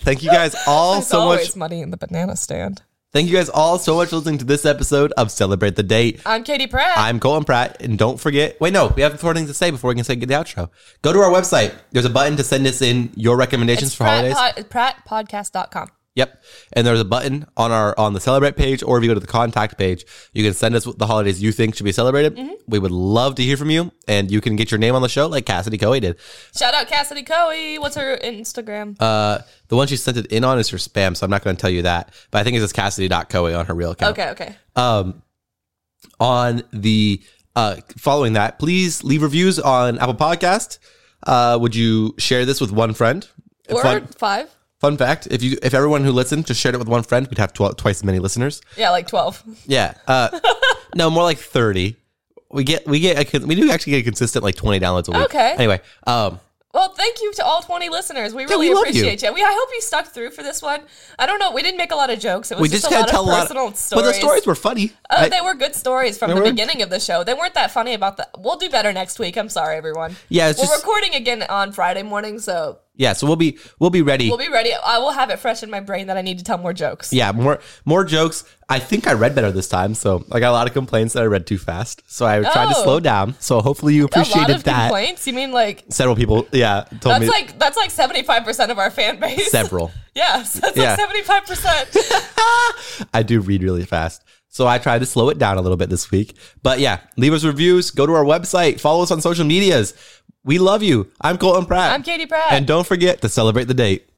A: Thank you guys all
B: there's
A: Oh, so
B: always
A: much.
B: money in the banana stand.
A: Thank you guys all so much for listening to this episode of Celebrate the Date.
B: I'm Katie Pratt.
A: I'm Colin Pratt, and don't forget. Wait, no, we have four things to say before we can say get the outro. Go to our website. There's a button to send us in your recommendations
B: it's
A: for
B: Pratt,
A: holidays.
B: pod, prattpodcast.com.
A: Yep. And there's a button on our on the celebrate page, or if you go to the contact page, you can send us what the holidays you think should be celebrated.
B: Mm-hmm.
A: We would love to hear from you, and you can get your name on the show like Cassidy Coe did.
B: Shout out Cassidy Coey. What's her Instagram?
A: Uh, the one she sent it in on is her spam, so I'm not going to tell you that. But I think it's just Cassidy.coe on her real account.
B: okay, okay.
A: on the uh, following that, please leave reviews on Apple Podcast. Uh, would you share this with one friend?
B: Or
A: Fun,
B: five.
A: fun fact: if you if everyone who listened just shared it with one friend, we'd have tw- twice as many listeners.
B: Yeah, like 12.
A: Yeah,
B: (laughs)
A: uh, no, more like thirty. We get we get a, con- we do actually get a consistent like twenty downloads a week.
B: Okay.
A: Anyway, um,
B: Well, thank you to all 20 listeners. We really
A: we love
B: appreciate you. We, I hope you stuck through for this one. I don't know. We didn't make a lot of jokes. It was
A: we
B: just,
A: just
B: a
A: gotta
B: lot
A: tell
B: of
A: a lot.
B: personal
A: Of,
B: stories.
A: But the stories were funny.
B: Oh,
A: I-
B: they were good stories from
A: They
B: the
A: were.
B: beginning of the show. They weren't that funny about the. We'll do better next week. I'm sorry, everyone.
A: Yeah, it's
B: we're
A: just-
B: recording again on Friday morning, so
A: yeah, so we'll be we'll be ready.
B: we'll be ready. I will have it fresh in my brain that I need to tell more jokes.
A: yeah, more more jokes. I think I read better this time, so I got a lot of complaints that I read too fast. So I tried to
B: Oh.
A: slow down. So hopefully you
B: a lot
A: appreciated
B: of
A: that.
B: complaints. You mean like
A: Several people, yeah, told
B: that's
A: me
B: like that's like 75 percent of our fan base.
A: several.
B: (laughs) Yes, that's
A: Yeah.
B: like
A: (laughs)
B: 75 percent.
A: I do read really fast. So I tried to slow it down a little bit this week. But yeah, leave us reviews, go to our website, follow us on social medias. We love you. I'm Colton Pratt.
B: I'm Katie Pratt.
A: And don't forget to celebrate the date.